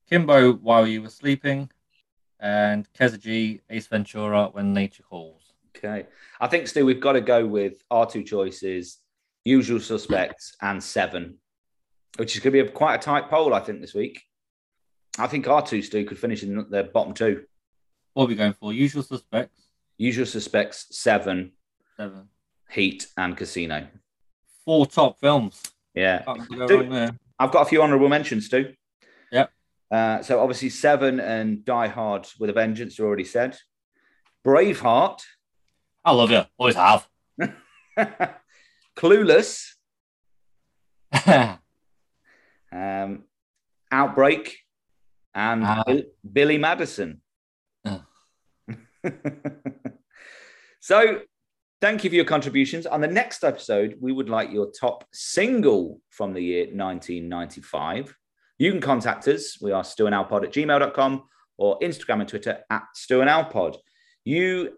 Speaker 2: Kimbo, While You Were Sleeping. And Kezaji, Ace Ventura, When Nature Calls.
Speaker 1: Okay. I think still we've got to go with our two choices, usual suspects and seven, which is going to be a, quite a tight poll, I think, this week. I think our two, Stu, could finish in the bottom two.
Speaker 2: What are we going for? Usual suspects.
Speaker 1: Usual suspects, seven,
Speaker 2: Seven.
Speaker 1: Heat, and Casino.
Speaker 2: Four top films.
Speaker 1: Yeah.
Speaker 2: Can't go
Speaker 1: Dude.
Speaker 2: wrong there.
Speaker 1: I've got a few honorable mentions, Stu.
Speaker 2: Yep.
Speaker 1: Uh, so obviously, Seven and Die Hard with a Vengeance are already said. Braveheart,
Speaker 2: I love you. Always have.
Speaker 1: Clueless, um, Outbreak, and
Speaker 2: Ah.
Speaker 1: Bill- Billy Madison.
Speaker 2: Ugh.
Speaker 1: so, thank you for your contributions. On the next episode, we would like your top single from the year 1995. You can contact us. We are stuandalpod at gmail.com or Instagram and Twitter at stuandalpod. You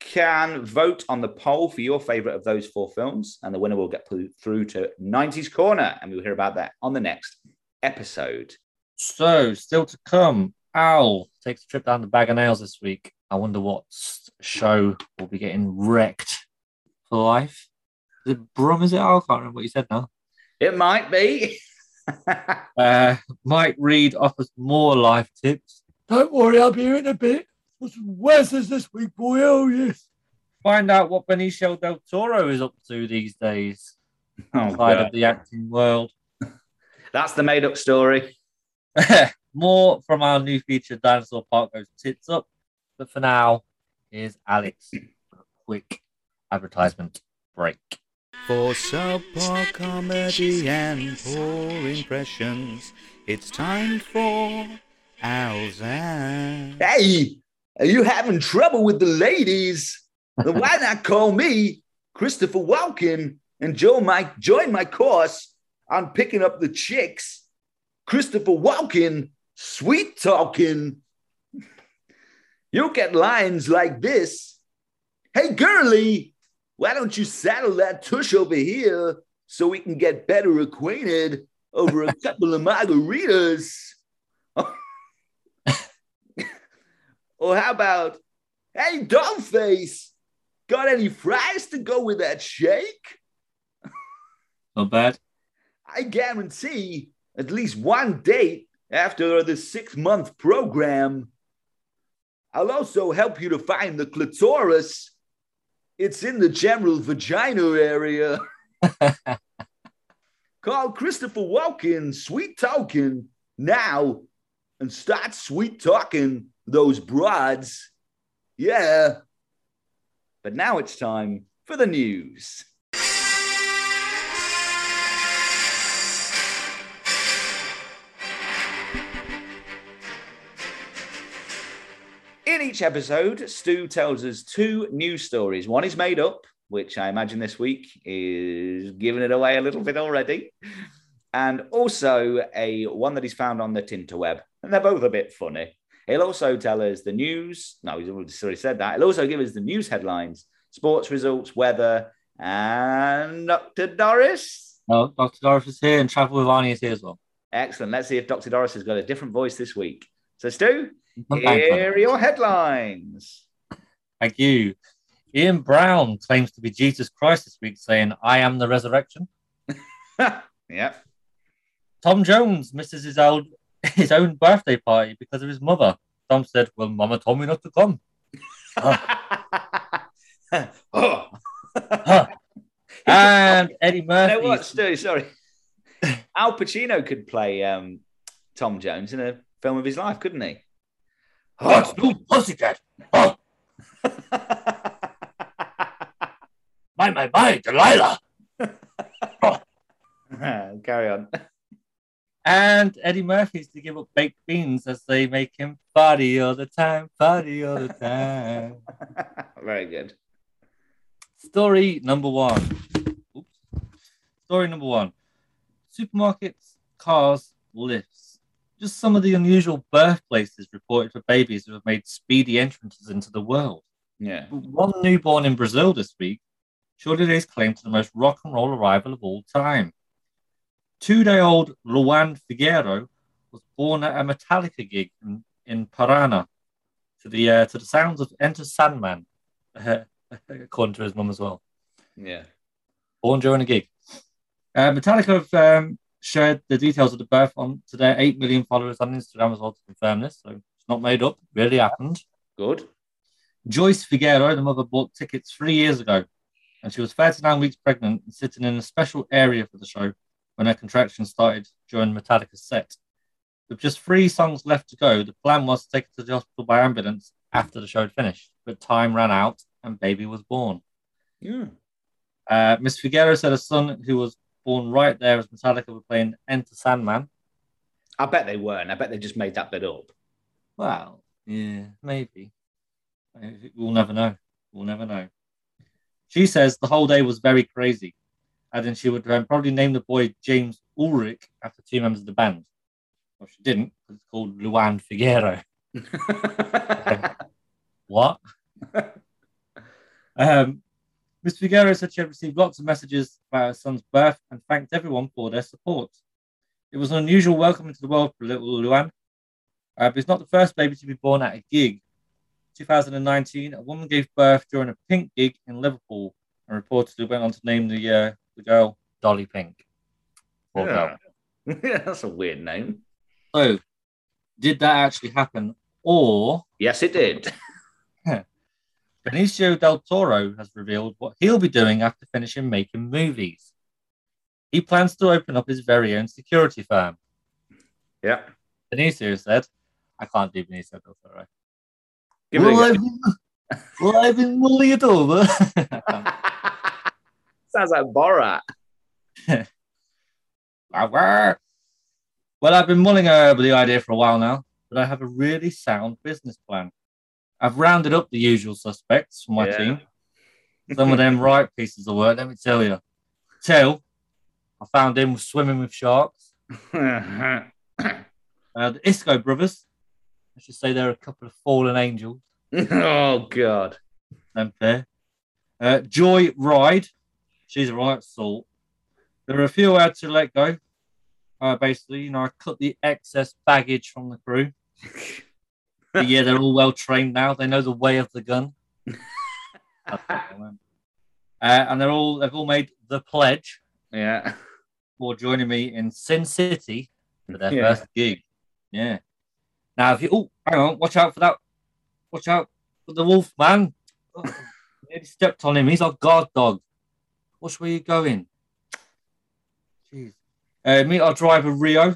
Speaker 1: can vote on the poll for your favorite of those four films, and the winner will get put through to 90s Corner, and we'll hear about that on the next episode.
Speaker 2: so, still to come. Al takes a trip down the bag of nails this week. I wonder what s- show will be getting wrecked for life. Is it Brum? Is it Al? I can't remember what you said now.
Speaker 1: It might be.
Speaker 2: Uh, Mike Reed offers more life tips. Don't worry, I'll be here in a bit. What's Wes's this week, boy? Oh, yes. Find out what Benicio del Toro is up to these days
Speaker 1: Oh,
Speaker 2: outside
Speaker 1: God.
Speaker 2: of the acting world.
Speaker 1: That's the made up story.
Speaker 2: more from our new feature, Dinosaur Park Goes Tits Up. But for now, here's Alex for a quick advertisement break.
Speaker 5: For subpar comedy and poor impressions, it's time for Al's Ad.
Speaker 1: Hey, are you having trouble with the ladies? Then why not call me, Christopher Walken, and Joe my, join my course on picking up the chicks? Christopher Walken, sweet talking. You'll get lines like this Hey, girly, why don't you saddle that tush over here so we can get better acquainted over a couple of margaritas? Or how about, hey, Dollface, got any fries to go with that shake?
Speaker 2: Not bad.
Speaker 1: I guarantee at least one date after the six month program. I'll also help you to find the clitoris. It's in the general vagina area. Call Christopher Walken, sweet talking now, and start sweet talking those broads. Yeah. But now it's time for the news. In each episode, Stu tells us two news stories. One is made up, which I imagine this week is giving it away a little bit already, and also a one that he's found on the Tinterweb. And they're both a bit funny. He'll also tell us the news. No, he's already sorry said that. He'll also give us the news headlines, sports results, weather, and Dr. Doris.
Speaker 2: Now, Dr. Doris is here and Travel with Arnie is here as well.
Speaker 1: Excellent. Let's see if Dr. Doris has got a different voice this week. So, Stu,
Speaker 2: Thank
Speaker 1: here are your headlines.
Speaker 2: Thank you. Ian Brown claims to be Jesus Christ this week, saying, I am the resurrection.
Speaker 1: Yep.
Speaker 2: Tom Jones misses his own, his own birthday party because of his mother. Tom said, Well, Mama told me not to come.
Speaker 1: oh.
Speaker 2: And Eddie
Speaker 1: you
Speaker 2: Murphy.
Speaker 1: know what, Stu? Sorry, Al Pacino could play um, Tom Jones in a film of his life, couldn't he?
Speaker 2: Oh, you pussycat. Oh, my, my, my, Delilah.
Speaker 1: Carry on.
Speaker 2: And Eddie Murphy's to give up baked beans as they make him party all the time, party all the time.
Speaker 1: Very good.
Speaker 2: Story number one. Oops. Story number one. Supermarkets, cars, lifts. Just some of the unusual birthplaces reported for babies who have made speedy entrances into the world.
Speaker 1: Yeah.
Speaker 2: One newborn in Brazil this week surely lays claim to the most rock and roll arrival of all time. Two day old Luan Figueiro was born at a Metallica gig in, in Parana to the, uh, to the sounds of Enter Sandman, according to his mum as well
Speaker 1: Yeah.
Speaker 2: born during a gig. Uh, Metallica have um, shared the details of the birth on to their 8 million followers on Instagram as well to confirm this. So it's not made up, really happened.
Speaker 1: Good.
Speaker 2: Joyce Figueroa, the mother, bought tickets three years ago, and she was 39 weeks pregnant and sitting in a special area for the show when her contractions started during Metallica's set. With just three songs left to go, the plan was to take her to the hospital by ambulance after the show had finished, but time ran out and baby was born.
Speaker 1: Yeah.
Speaker 2: Uh, Miss Figueroa said her son, who was born right there as Metallica were playing Enter Sandman.
Speaker 1: I bet they weren't. I bet they just made that bit up.
Speaker 2: Well, yeah, maybe. Uh, We'll never know. We'll never know. She says the whole day was very crazy, and then she would then probably name the boy James Ulrich after two members of the band. Well, she didn't. 'cause It's called Luan Figueroa. What? um, Miss Figueroa said she had received lots of messages about her son's birth and thanked everyone for their support. It was an unusual welcome into the world for little Luan, uh, but it's not the first baby to be born at a gig. 2019, a woman gave birth during a Pink gig in Liverpool and reportedly went on to name the uh, the girl Dolly Pink. Poor girl.
Speaker 1: yeah. yeah, that's a weird name.
Speaker 2: So, did that actually happen, or
Speaker 1: Yes, it did.
Speaker 2: Benicio del Toro has revealed what he'll be doing after finishing making movies. He plans to open up his very own security firm.
Speaker 1: Yeah.
Speaker 2: Benicio said, I can't do Benicio del Toro.
Speaker 1: Give it a go.
Speaker 2: well, I've been mulling it over.
Speaker 1: Sounds like Borat.
Speaker 2: well, I've been mulling over the idea for a while now, but I have a really sound business plan. I've rounded up the usual suspects from my
Speaker 1: Yeah.
Speaker 2: team. Some of them right pieces of work, let me tell you. Till I found him swimming with sharks. Uh, the Isco brothers, I should say they're a couple of fallen angels,
Speaker 1: oh God.
Speaker 2: them pair. Uh, Joy Ride, she's a right salt. There are a few I had to let go. Uh, basically, you know, I cut the excess baggage from the crew. But yeah, they're all well trained now. They know the way of the gun. That's what I meant. uh, and they're all they've all made the pledge
Speaker 1: yeah.
Speaker 2: for joining me in Sin City for their
Speaker 1: Yeah.
Speaker 2: first gig. Yeah. Now, if you oh, hang on, watch out for that. Watch out for the wolf man. Oh, nearly stepped on him. He's our guard dog. Watch where you're going. Jeez. Uh, meet our driver Rio.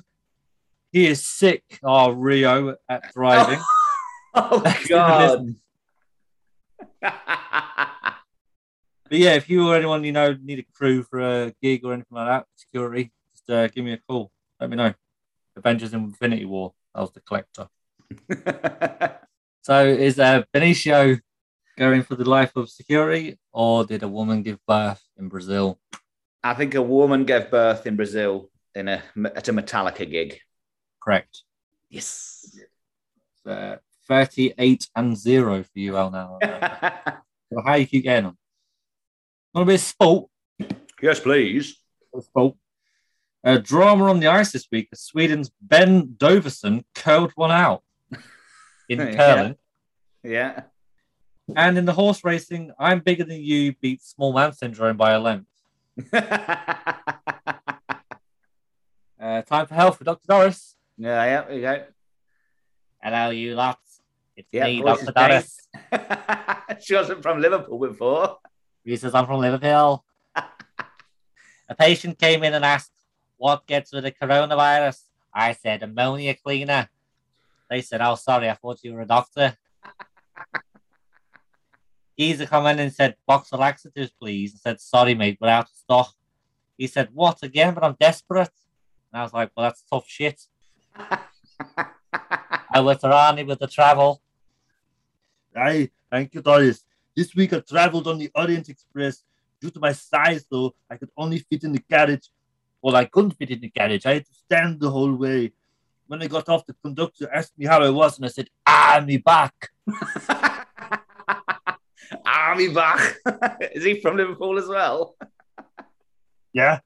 Speaker 2: He is sick. Oh, Rio at driving.
Speaker 1: Oh God. yeah.
Speaker 2: But yeah, if you or anyone you know need a crew for a gig or anything like that, security, just uh, give me a call. Let me know. Avengers Infinity War. That was the collector. So is uh, Benicio going for the life of security, or did a woman give birth in Brazil?
Speaker 1: I think a woman gave birth in Brazil in a at a Metallica gig.
Speaker 2: Correct.
Speaker 1: Yes.
Speaker 2: It's, uh, 38 and zero for you, Al. Now,
Speaker 1: yes,
Speaker 2: so how you keep getting them? Want a bit of sport?
Speaker 1: please.
Speaker 2: Oh. A drama on the ice this week as Sweden's Ben Doverson curled one out in
Speaker 1: Yeah.
Speaker 2: curling.
Speaker 1: Yeah.
Speaker 2: And in the horse racing, I'm bigger than you beats small man syndrome by a length.
Speaker 1: yeah.
Speaker 2: Uh, time for health with Dr. Doris.
Speaker 1: Yeah. There you go.
Speaker 2: Hello, you lots. It's
Speaker 1: Yeah,
Speaker 2: me,
Speaker 1: voice
Speaker 2: Dr.
Speaker 1: is
Speaker 2: Doris.
Speaker 1: she wasn't from Liverpool before.
Speaker 2: He says I'm from Liverpool. a patient came in and asked, What gets rid of coronavirus? I said, Ammonia cleaner. They said, Oh, sorry, I thought you were a doctor. Geezer come in and said, Box of laxatives, please. And said, Sorry, mate, we're out of stock. He said, What again? But I'm desperate. And I was like, Well, that's tough shit. I was Rani with the travel. Hey, thank you, Doris. This week I traveled on the Orient Express. Due to my size, though, I could only fit in the carriage. Well, I couldn't fit in the carriage. I had to stand the whole way. When I got off, the conductor asked me how I was, and I said, Ah, me back.
Speaker 1: Army Bach. Is he from Liverpool as well?
Speaker 2: Yeah.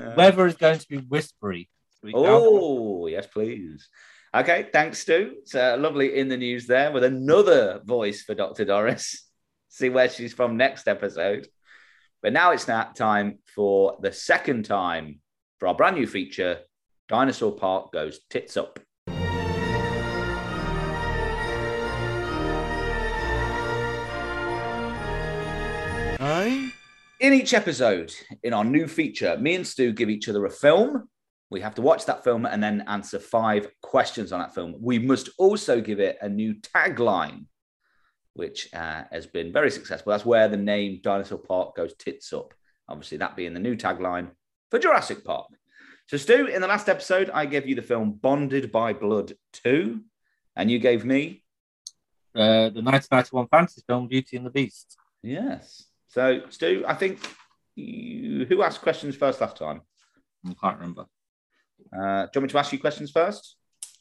Speaker 1: Uh,
Speaker 2: Weather is going to be whispery. this week, Al.
Speaker 1: oh, yes, please. Okay, thanks, Stu. It's uh, lovely in the news there with another voice for Dr. Doris. See where she's from next episode. But now it's that time for the second time for our brand new feature, Dinosaur Park Goes Tits Up.
Speaker 5: Aye?
Speaker 1: In each episode, in our new feature, me and Stu give each other a film. We have to watch that film and then answer five questions on that film. We must also give it a new tagline, which uh, has been very successful. That's where the name Dinosaur Park goes tits up. Obviously, that being the new tagline for Jurassic Park. So, Stu, in the last episode, I gave you the film Bonded by Blood 2, and you gave me
Speaker 2: Uh, the 1991 fantasy film Beauty and the Beast.
Speaker 1: Yes. So, Stu, I think you, who asked questions first last time?
Speaker 2: I can't remember.
Speaker 1: Uh, do you want me to ask you questions first?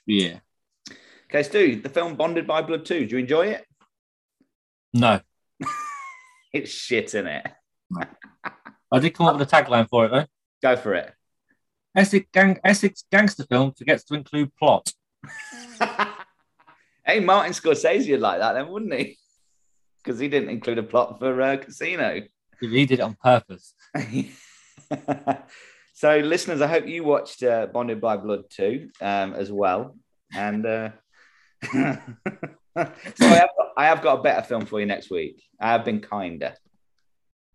Speaker 2: Yeah.
Speaker 1: Okay, Stu, the film Bonded by Blood 2, do you enjoy it?
Speaker 2: No.
Speaker 1: It's shit, isn't it?
Speaker 2: I did come up with a tagline for it though.
Speaker 1: Go for it.
Speaker 2: Essex, gang- Essex gangster film forgets to include plot.
Speaker 1: hey, Martin Scorsese would like that then, wouldn't he? Because he didn't include a plot for uh, Casino.
Speaker 2: He did it on purpose.
Speaker 1: so, listeners, I hope you watched uh, Bonded by Blood 2 um, as well. And uh, so I have, got, I have got a better film for you next week. I have been kinder.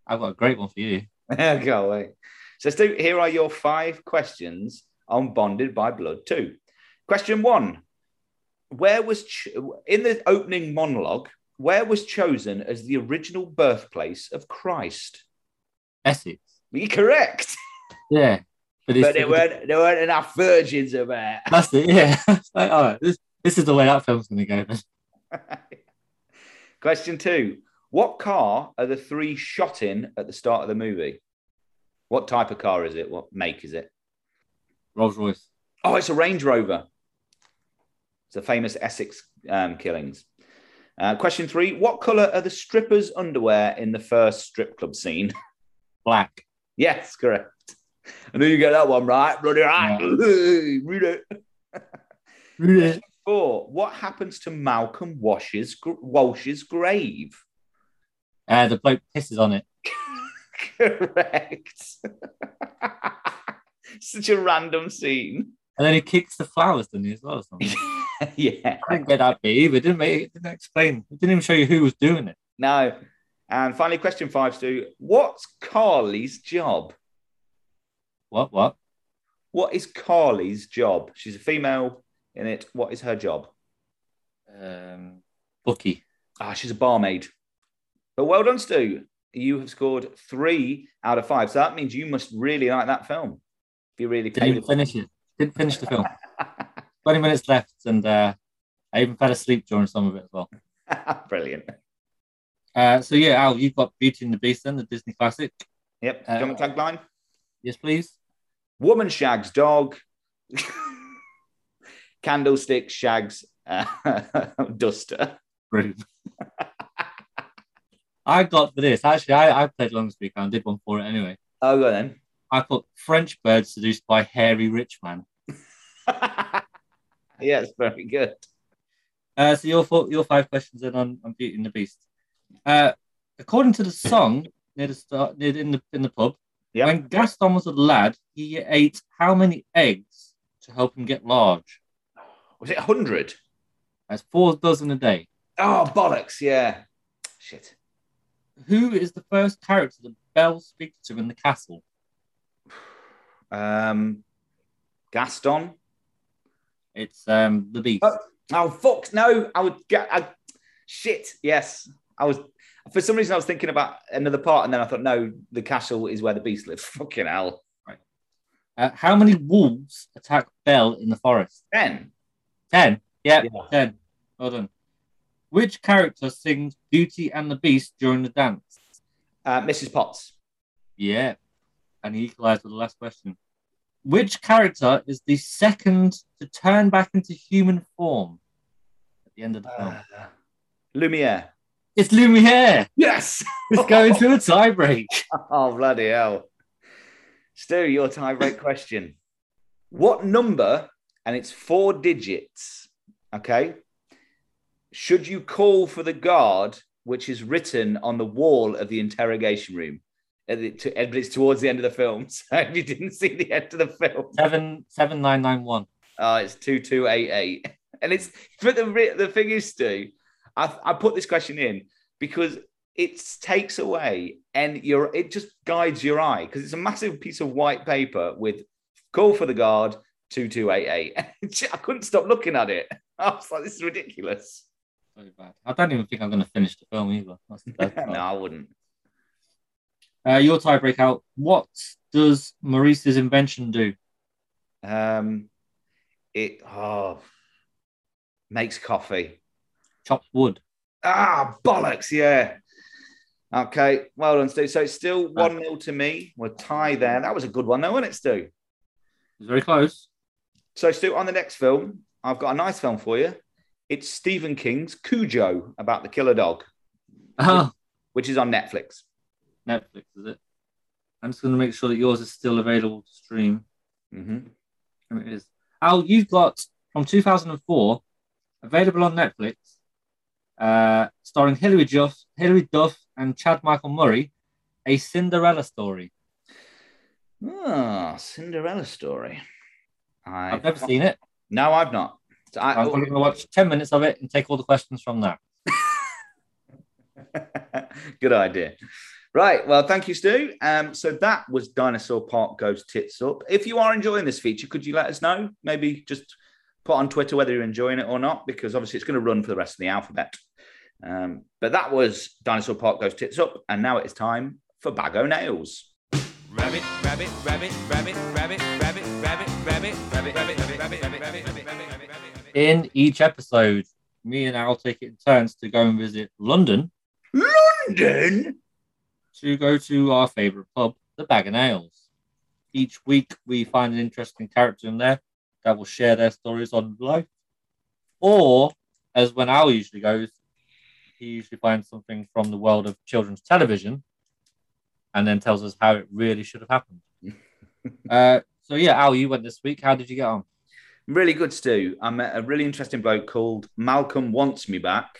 Speaker 2: I've got a great one for you.
Speaker 1: Go away. So, Stu, here are your five questions on Bonded by Blood 2. Question one Where was, Ch- in the opening monologue, where was chosen as the original birthplace of Christ?
Speaker 2: Essex.
Speaker 1: Be correct.
Speaker 2: Yeah. But, it's-
Speaker 1: But there weren't, there weren't enough virgins about.
Speaker 2: That's it. Yeah. It's like, all right, this, this is the way that film's going to go. then.
Speaker 1: Question two What car are the three shot in at the start of the movie? What type of car is it? What make is it?
Speaker 2: Rolls Royce.
Speaker 1: Oh, it's a Range Rover. It's the famous Essex um, killings. Uh, question three What color are the strippers' underwear in the first strip club scene?
Speaker 2: Black.
Speaker 1: yes, correct. I knew you get that one right. Bloody right. Read it.
Speaker 2: Really?
Speaker 1: Four. What happens to Malcolm Wash's, Walsh's grave?
Speaker 2: Uh, the bloke pisses on it.
Speaker 1: Correct. Such a random scene.
Speaker 2: And then he kicks the flowers, doesn't he, as well? Or something.
Speaker 1: yeah.
Speaker 2: I didn't get that bit either, didn't we? It didn't explain. It didn't even show you who was doing it.
Speaker 1: No. And finally, question five, Stu. What's Carly's job?
Speaker 2: What? What?
Speaker 1: What is Carly's job? She's a female in it. What is her job?
Speaker 2: Um, Bookie.
Speaker 1: Ah, she's a barmaid. But well done, Stu. You have scored three out of five. So that means you must really like that film. If you really
Speaker 2: Didn't
Speaker 1: paid
Speaker 2: even finish it. Didn't finish the film. 20 minutes left, and uh, I even fell asleep during some of it as well.
Speaker 1: Brilliant.
Speaker 2: Uh, so, yeah, Al, you've got Beauty and the Beast then, the Disney classic.
Speaker 1: Yep. Do you want the tagline?
Speaker 2: Yes, please.
Speaker 1: woman shags dog, candlestick shags uh, duster.
Speaker 2: Brilliant. I got for this. Actually, I, I played long this week and did one for it anyway.
Speaker 1: Oh, go then.
Speaker 2: I put French bird seduced by hairy rich man.
Speaker 1: yes, very good.
Speaker 2: Uh, so your four, your five questions then on, on Beauty and the Beast. Uh, according to the song near the start, near in the in the pub,
Speaker 1: Yep.
Speaker 2: when Gaston was a lad, he ate how many eggs to help him get large?
Speaker 1: Was it 100?
Speaker 2: That's four dozen a day.
Speaker 1: Oh, bollocks. Yeah. Shit.
Speaker 2: Who is the first character that Belle speaks to in the castle?
Speaker 1: Um, Gaston.
Speaker 2: It's um the Beast.
Speaker 1: Oh. Oh, fuck. No, I would get. I, shit. Yes. I was. For some reason, I was thinking about another part, and then I thought, no, the castle is where the beast lives. Fucking hell.
Speaker 2: Uh, how many wolves attack Belle in the forest?
Speaker 1: Then.
Speaker 2: Ten. Yeah,
Speaker 1: Yeah.
Speaker 2: ten. Well done. Which character sings Beauty and the Beast during the dance?
Speaker 1: Uh, Mrs. Potts.
Speaker 2: Yeah. And he equalized with the last question. Which character is the second to turn back into human form at the end of the film?
Speaker 1: Uh, Lumiere.
Speaker 2: It's Lumiere.
Speaker 1: Yes.
Speaker 2: It's going to a tie break.
Speaker 1: Oh, bloody hell. Stu, your tiebreak question. What number, and it's four digits, okay, should you call for the guard which is written on the wall of the interrogation room? and it- to- and it's towards the end of the film. So if you didn't see the end of the film,
Speaker 2: Seven seven nine nine one.
Speaker 1: uh, it's two two eight eight. And it's but the re- the thing is, Stu, I I put this question in because it takes away and your it just guides your eye because it's a massive piece of white paper with call for the guard two two eight eight. I couldn't stop looking at it. I was like, this is ridiculous.
Speaker 2: So bad. I don't even think I'm going to finish the film either. That's the bad
Speaker 1: no,
Speaker 2: part.
Speaker 1: I wouldn't.
Speaker 2: Uh, your tiebreak out. What does Maurice's invention do?
Speaker 1: Um, it oh makes coffee.
Speaker 2: Chops wood.
Speaker 1: Ah, bollocks, yeah. Okay, well done, Stu. So it's still 1 0 to me. We're tie there. That was a good one, though, wasn't it, Stu?
Speaker 2: It's very close.
Speaker 1: So, Stu, on the next film, I've got a nice film for you. It's Stephen King's Cujo about the killer dog,
Speaker 2: Oh,
Speaker 1: which is on Netflix.
Speaker 2: Netflix is it? I'm just going to make sure that yours is still available to stream.
Speaker 1: hmm
Speaker 2: There it is. Al, you've got from 2004 available on Netflix, uh, starring Hilary Duff, Hilary Duff and Chad Michael Murray, a Cinderella story.
Speaker 1: Ah, Cinderella story. I...
Speaker 2: I've never seen it.
Speaker 1: No, I've not. So I-
Speaker 2: I'm going to watch 10 minutes of it and take all the questions from that.
Speaker 1: Good idea. Right. Well, thank you, Stu. Um, so that was Dinosaur Park Goes Tits Up. If you are enjoying this feature, could you let us know? Maybe just put on Twitter whether you're enjoying it or not, because obviously it's going to run for the rest of the alphabet. Um, but that was Dinosaur Park Goes Tits Up. And now it is time for Bag O' Nails.
Speaker 5: Rabbit, rabbit, rabbit, rabbit, rabbit, rabbit, rabbit, rabbit, rabbit, rabbit, rabbit, rabbit, rabbit, rabbit, rabbit, rabbit.
Speaker 2: In each episode, me and Al take it in turns to go and visit London
Speaker 1: London.
Speaker 2: to go to our favourite pub, the Bag of Nails. Each week, we find an interesting character in there that will share their stories on life. Or, as when Al usually goes, he usually finds something from the world of children's television and then tells us how it really should have happened. uh, so, yeah, Al, you went this week. How did you get on?
Speaker 1: Really good, Stu. I met a really interesting bloke called Malcolm Wants Me Back.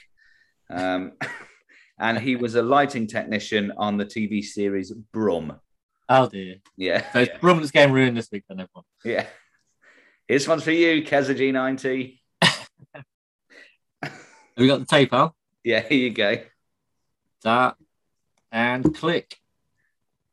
Speaker 1: Um, and he was a lighting technician on the TV series Brum.
Speaker 2: Oh, dear.
Speaker 1: Yeah.
Speaker 2: So, it's Brumley's game ruined this week, then, everyone.
Speaker 1: Yeah. This one's for you, Keza G90.
Speaker 2: Have you got the tape, Al?
Speaker 1: Yeah, here you go.
Speaker 2: that and click.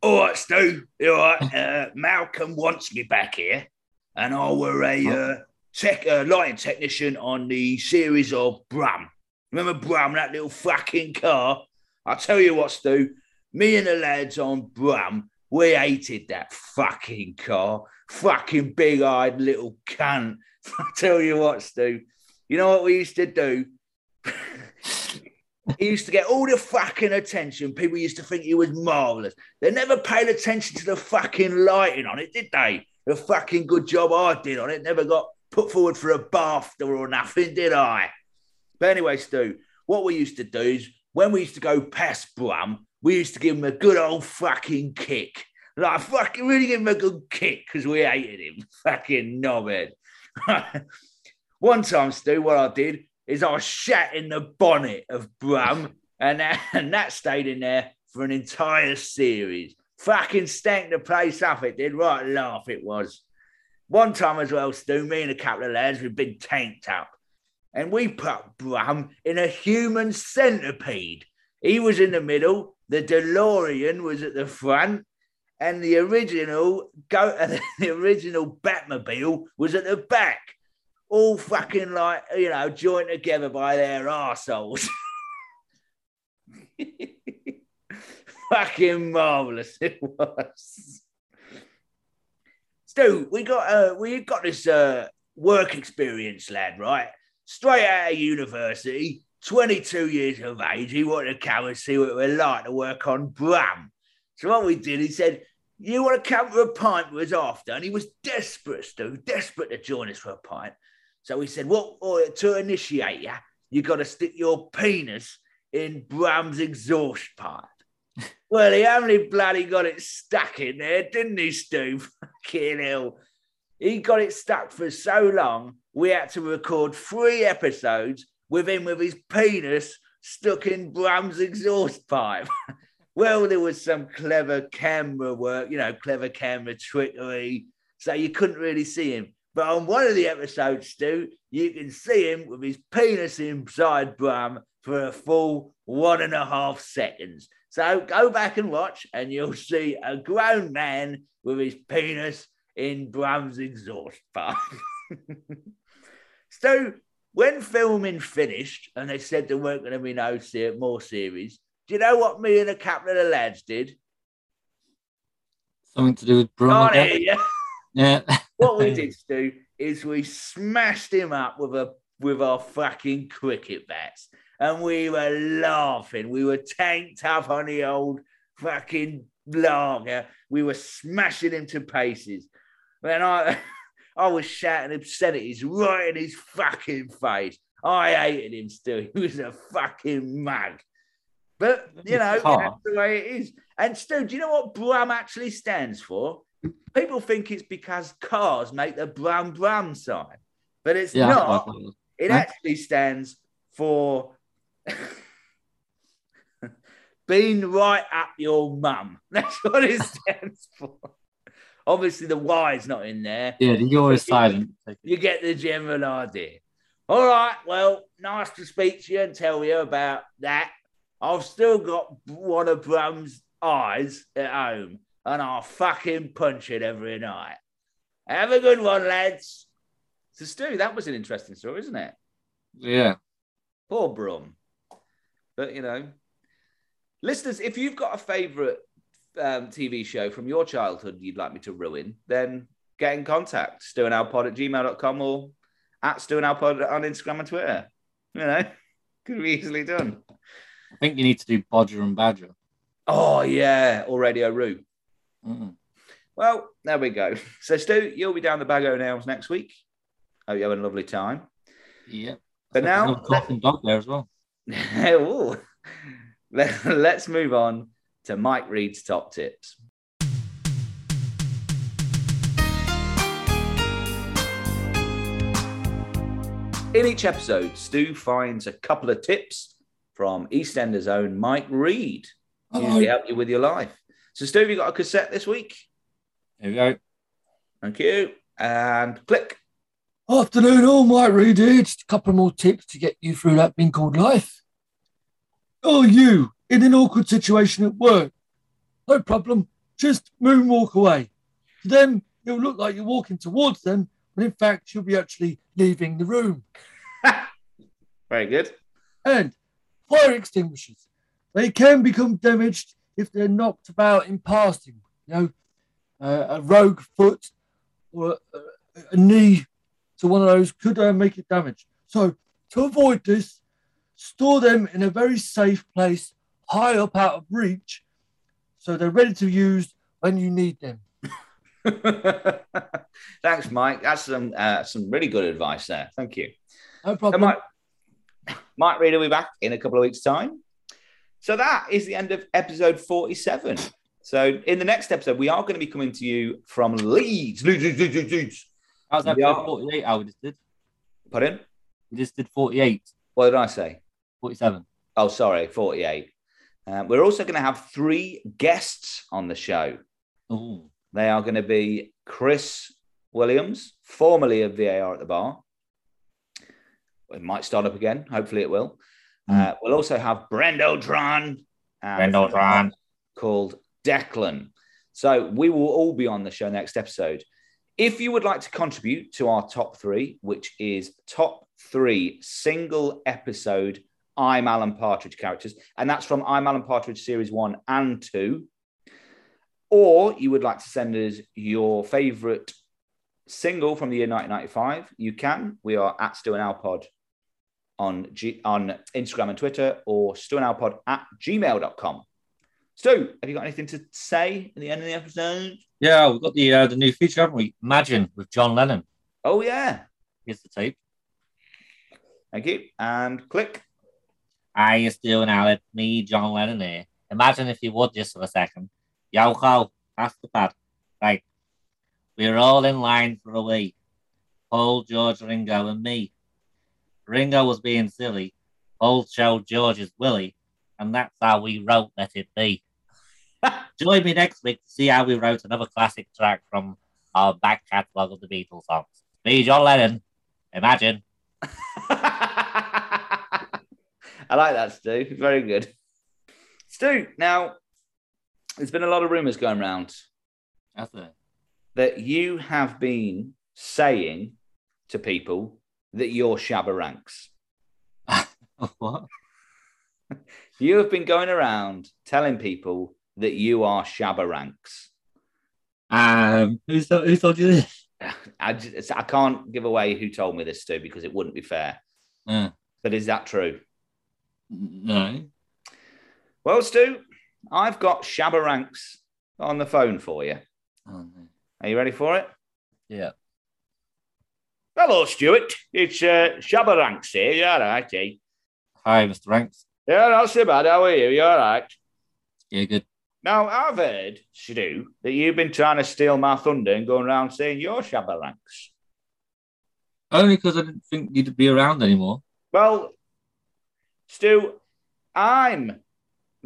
Speaker 1: All right, Stu. All right. Uh, Malcolm wants me back here. And I were a uh, tech, uh, lighting technician on the series of Bram. Remember Bram, that little fucking car? I tell you what, Stu, me and the lads on Bram, we hated that fucking car. Fucking big eyed little cunt. I tell you what, Stu, you know what we used to do? He used to get all the fucking attention. People used to think he was marvelous. They never paid attention to the fucking lighting on it, did they? The fucking good job I did on it never got put forward for a BAFTA or nothing, did I? But anyway, Stu, what we used to do is when we used to go past Brum, we used to give him a good old fucking kick. Like, fucking really give him a good kick because we hated him. Fucking knobhead. One time, Stu, what I did is I shat in the bonnet of Brum, and that, and that stayed in there for an entire series. Fucking stank the place up, it did. Right laugh, it was. One time as well, Stu, me and a couple of lads, we've been tanked up. And we put Brum in a human centipede. He was in the middle, the DeLorean was at the front, and the original go and the original Batmobile was at the back all fucking like you know joined together by their arseholes. fucking marvelous it was. Stu, we got uh, we got this uh, work experience lad, right? Straight out of university, 22 years of age. He wanted to come and see what it was like to work on Bram. So what we did, he said, you want to come for a pint with us after? And he was desperate, Stu, desperate to join us for a pint. So he said, Well, or to initiate you, you got to stick your penis in Bram's exhaust pipe. well, he only bloody got it stuck in there, didn't he, Stu? Fucking hell. He got it stuck for so long, we had to record three episodes with him with his penis stuck in Bram's exhaust pipe. well, there was some clever camera work, you know, clever camera trickery. So you couldn't really see him. But on one of the episodes, Stu, you can see him with his penis inside Brum for a full one and a half seconds. So go back and watch, and you'll see a grown man with his penis in Brum's exhaust pipe. Stu, when filming finished and they said there weren't going to be no se- more series, do you know what me and a couple of the lads did?
Speaker 2: Something to do with Brum
Speaker 1: Can't
Speaker 2: again.
Speaker 1: hear you.
Speaker 2: Yeah.
Speaker 1: What we did, Stu, is we smashed him up with a with our fucking cricket bats, and we were laughing. We were tanked up on the old fucking lager. We were smashing him to pieces. And I, I was shouting obscenities right in his fucking face. I hated him still. He was a fucking mug. But you know,
Speaker 2: Huh.
Speaker 1: that's the way it is. And Stu, do you know what Brum actually stands for? People think it's because cars make the Brum Brum sign, but it's
Speaker 2: Yeah.
Speaker 1: not.
Speaker 2: well,
Speaker 1: It
Speaker 2: Huh?
Speaker 1: actually stands for being right up your mum. That's what it stands for. Obviously, the Y's not in there.
Speaker 2: Yeah, you're always silent.
Speaker 1: You get the general idea. All right. Well, nice to speak to you and tell you about that. I've still got one of Brum's eyes at home, and I'll fucking punch it every night. Have a good one, lads. So, Stu, that was an interesting story, isn't it?
Speaker 2: Yeah.
Speaker 1: Poor Brum. But you know, listeners, if you've got a favourite um, TV show from your childhood you'd like me to ruin, then get in contact. StuandAlPod at gmail.com or at StuandAlPod on Instagram and Twitter. You know, could be easily done.
Speaker 2: I think you need to do Bodger and Badger.
Speaker 1: Oh, yeah, or Radio Roo.
Speaker 2: Mm.
Speaker 1: Well, there we go. So, Stu, you'll be down the Bag O' Nails next week. Hope you have a lovely time.
Speaker 2: Yep.
Speaker 1: But now,
Speaker 2: There's a coughing dog there as well.
Speaker 1: Ooh. Let- Let's move on to Mike Reed's top tips. In each episode, Stu finds a couple of tips from EastEnders' own Mike Reed to usually
Speaker 2: Hello.
Speaker 1: help you with your life. So, Stu, have you got a cassette this week?
Speaker 2: Here we go.
Speaker 1: Thank you. And click.
Speaker 2: Afternoon, all my readers. Just a couple more tips to get you through that thing called life. Oh, you in an awkward situation at work? No problem. Just moonwalk away. To them, it'll look like you're walking towards them, but in fact, you'll be actually leaving the room.
Speaker 1: Very good.
Speaker 2: And fire extinguishers. They can become damaged if they're knocked about in passing. You know, uh, a rogue foot or a, a- a knee to one of those could uh, make it damaged. So, to avoid this, store them in a very safe place, high up out of reach, so they're ready to use when you need them.
Speaker 1: Thanks, Mike. That's some uh, some really good advice there. Thank you.
Speaker 2: No
Speaker 1: So
Speaker 2: problem.
Speaker 1: Mike, Mike Reed will be back in a couple of weeks' time. So that is the end of episode 47. So in the next episode, we are going to be coming to you from Leeds. Leeds, Leeds, Leeds, Leeds, Leeds.
Speaker 2: How's
Speaker 1: that Yeah. for
Speaker 2: 48? I just did.
Speaker 1: Pardon?
Speaker 2: We just did 48,
Speaker 1: What did I say?
Speaker 2: 47.
Speaker 1: Oh, sorry, 48. Um, we're also going to have three guests on the show.
Speaker 2: Oh,
Speaker 1: They are going to be Chris Williams, formerly of VAR at the bar. It might start up again. Hopefully, it will. Uh, we'll also have Brendo Tran. um, Called Declan. So we will all be on the show next episode. If you would like to contribute to our top three, which is top three single episode I'm Alan Partridge characters, and that's from I'm Alan Partridge series one and two, or you would like to send us your favorite single from the year 1995, you can. We are at Stu and Alpod on, G- on Instagram and Twitter or Stu and Alpod at gmail.com. Stu, have you got anything to say at the end of the episode?
Speaker 2: Yeah, we've got the uh, the new feature, haven't we? Imagine with John Lennon.
Speaker 1: Oh, yeah.
Speaker 2: Here's the tape.
Speaker 1: Thank you. And click.
Speaker 2: I used to do an ad, me, John Lennon here. Imagine if you would just for a second. Yo, ho, that's the pad. Right. We're all in line for a wee. Paul, George, Ringo, and me. Ringo was being silly. Paul showed George's Willie, and that's how we wrote Let It Be. Join me next week to see how we wrote another classic track from our back catalogue of the Beatles songs. Me, John Lennon. Imagine.
Speaker 1: I like that, Stu. Very good. Stu, now, there's been a lot of rumors going around
Speaker 2: That's it.
Speaker 1: that you have been saying to people that you're Shabba Ranks.
Speaker 2: what?
Speaker 1: You have been going around telling people that you are Shabba Ranks.
Speaker 2: Um, who told, who told you this?
Speaker 1: I, just, I can't give away who told me this, Stu, because it wouldn't be fair.
Speaker 2: Uh,
Speaker 1: But is that true?
Speaker 2: no.
Speaker 1: Well, Stu, I've got Shabba Ranks on the phone for you.
Speaker 2: Oh, no.
Speaker 1: Are you ready for it?
Speaker 2: Yeah.
Speaker 1: Hello, Stuart. It's uh, Shabba Ranks here. You all right, eh?
Speaker 2: Hi, Mr. Ranks.
Speaker 1: Yeah, not so bad. How are you? You all right?
Speaker 2: Yeah, good.
Speaker 1: Now, I've heard, Stu, that you've been trying to steal my thunder and going around saying you're Shabba Ranks.
Speaker 2: Only because I didn't think you'd be around anymore.
Speaker 1: Well, Stu, I'm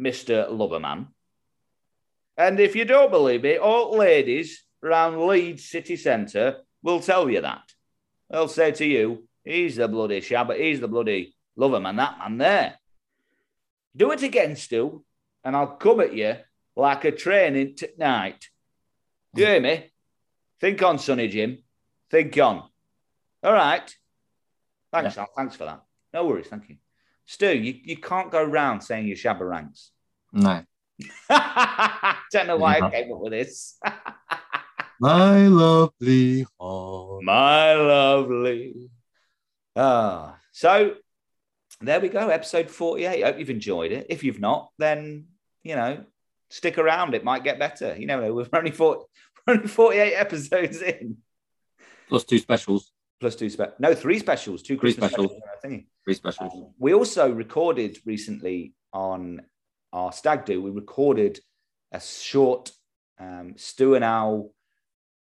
Speaker 1: Mr. Loverman. And if you don't believe me, all ladies round Leeds city centre will tell you that. They'll say to you, he's the bloody shabba, he's the bloody Loverman, that man there. Do it again, Stu, and I'll come at you like a training tonight. Do you hear me? Think on, Sonny Jim. Think on. All right. Thanks, Al. Thanks for that. No worries. Thank you. Stu, you, you can't go round saying you're Shabba Ranks.
Speaker 2: No.
Speaker 1: Don't know why I
Speaker 2: Yeah.
Speaker 1: came up with this.
Speaker 2: My lovely home.
Speaker 1: My lovely. Ah, so there we go. Episode 48. Hope you've enjoyed it. If you've not, then, you know, stick around. It might get better. You never know. We've only, 40, we're only 48 episodes in.
Speaker 2: Plus two specials.
Speaker 1: Plus two specials. No, three specials. Two Christmas
Speaker 2: specials.
Speaker 1: specials. I think.
Speaker 2: Three specials.
Speaker 1: Um, we also recorded recently on our stag do. We recorded a short um, Stu and Al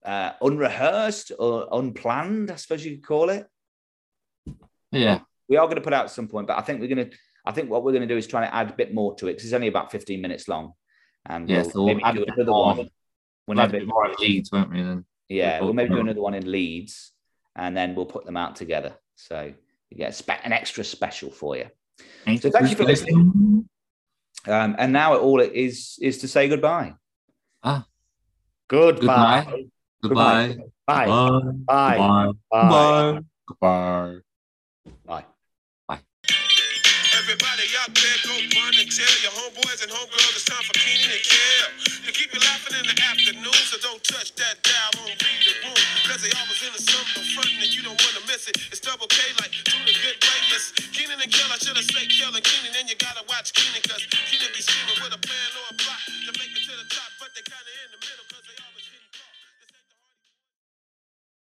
Speaker 1: uh, unrehearsed or unplanned, I suppose you could call it.
Speaker 2: Yeah.
Speaker 1: We are going to put out at some point, but I think we're going to. I think what we're going to do is try to add a bit more to it because it's only about fifteen minutes long, and
Speaker 2: Yeah,
Speaker 1: we'll
Speaker 2: so we'll
Speaker 1: maybe
Speaker 2: add
Speaker 1: do
Speaker 2: a bit
Speaker 1: another
Speaker 2: more.
Speaker 1: one.
Speaker 2: We'll have a
Speaker 1: whenever-
Speaker 2: bit more of leads, won't we? Then.
Speaker 1: yeah,
Speaker 2: We'll
Speaker 1: we'll maybe do
Speaker 2: talk about-
Speaker 1: another one in Leeds, and then we'll put them out together. So you get a spe- an extra special for you. So thank you for listening. Um, and now all it is is to say goodbye.
Speaker 2: Ah.
Speaker 1: Goodbye.
Speaker 2: Goodbye. Goodbye.
Speaker 1: Bye. Bye.
Speaker 2: Bye.
Speaker 1: Bye.
Speaker 2: Goodbye. Goodbye. Goodbye.
Speaker 1: Bye.
Speaker 5: Everybody out there, go run and tell your homeboys and homegirls it's time for Keenan and Kel. To keep you laughing in the afternoon, so don't touch that dial on read the room. Cause they always in the summer front and you don't wanna miss it. It's double K like do the good way. Yes, Keenan and Kel, I should've said Kel and Keenan, and you gotta watch Keenan cause Keenan be speaking.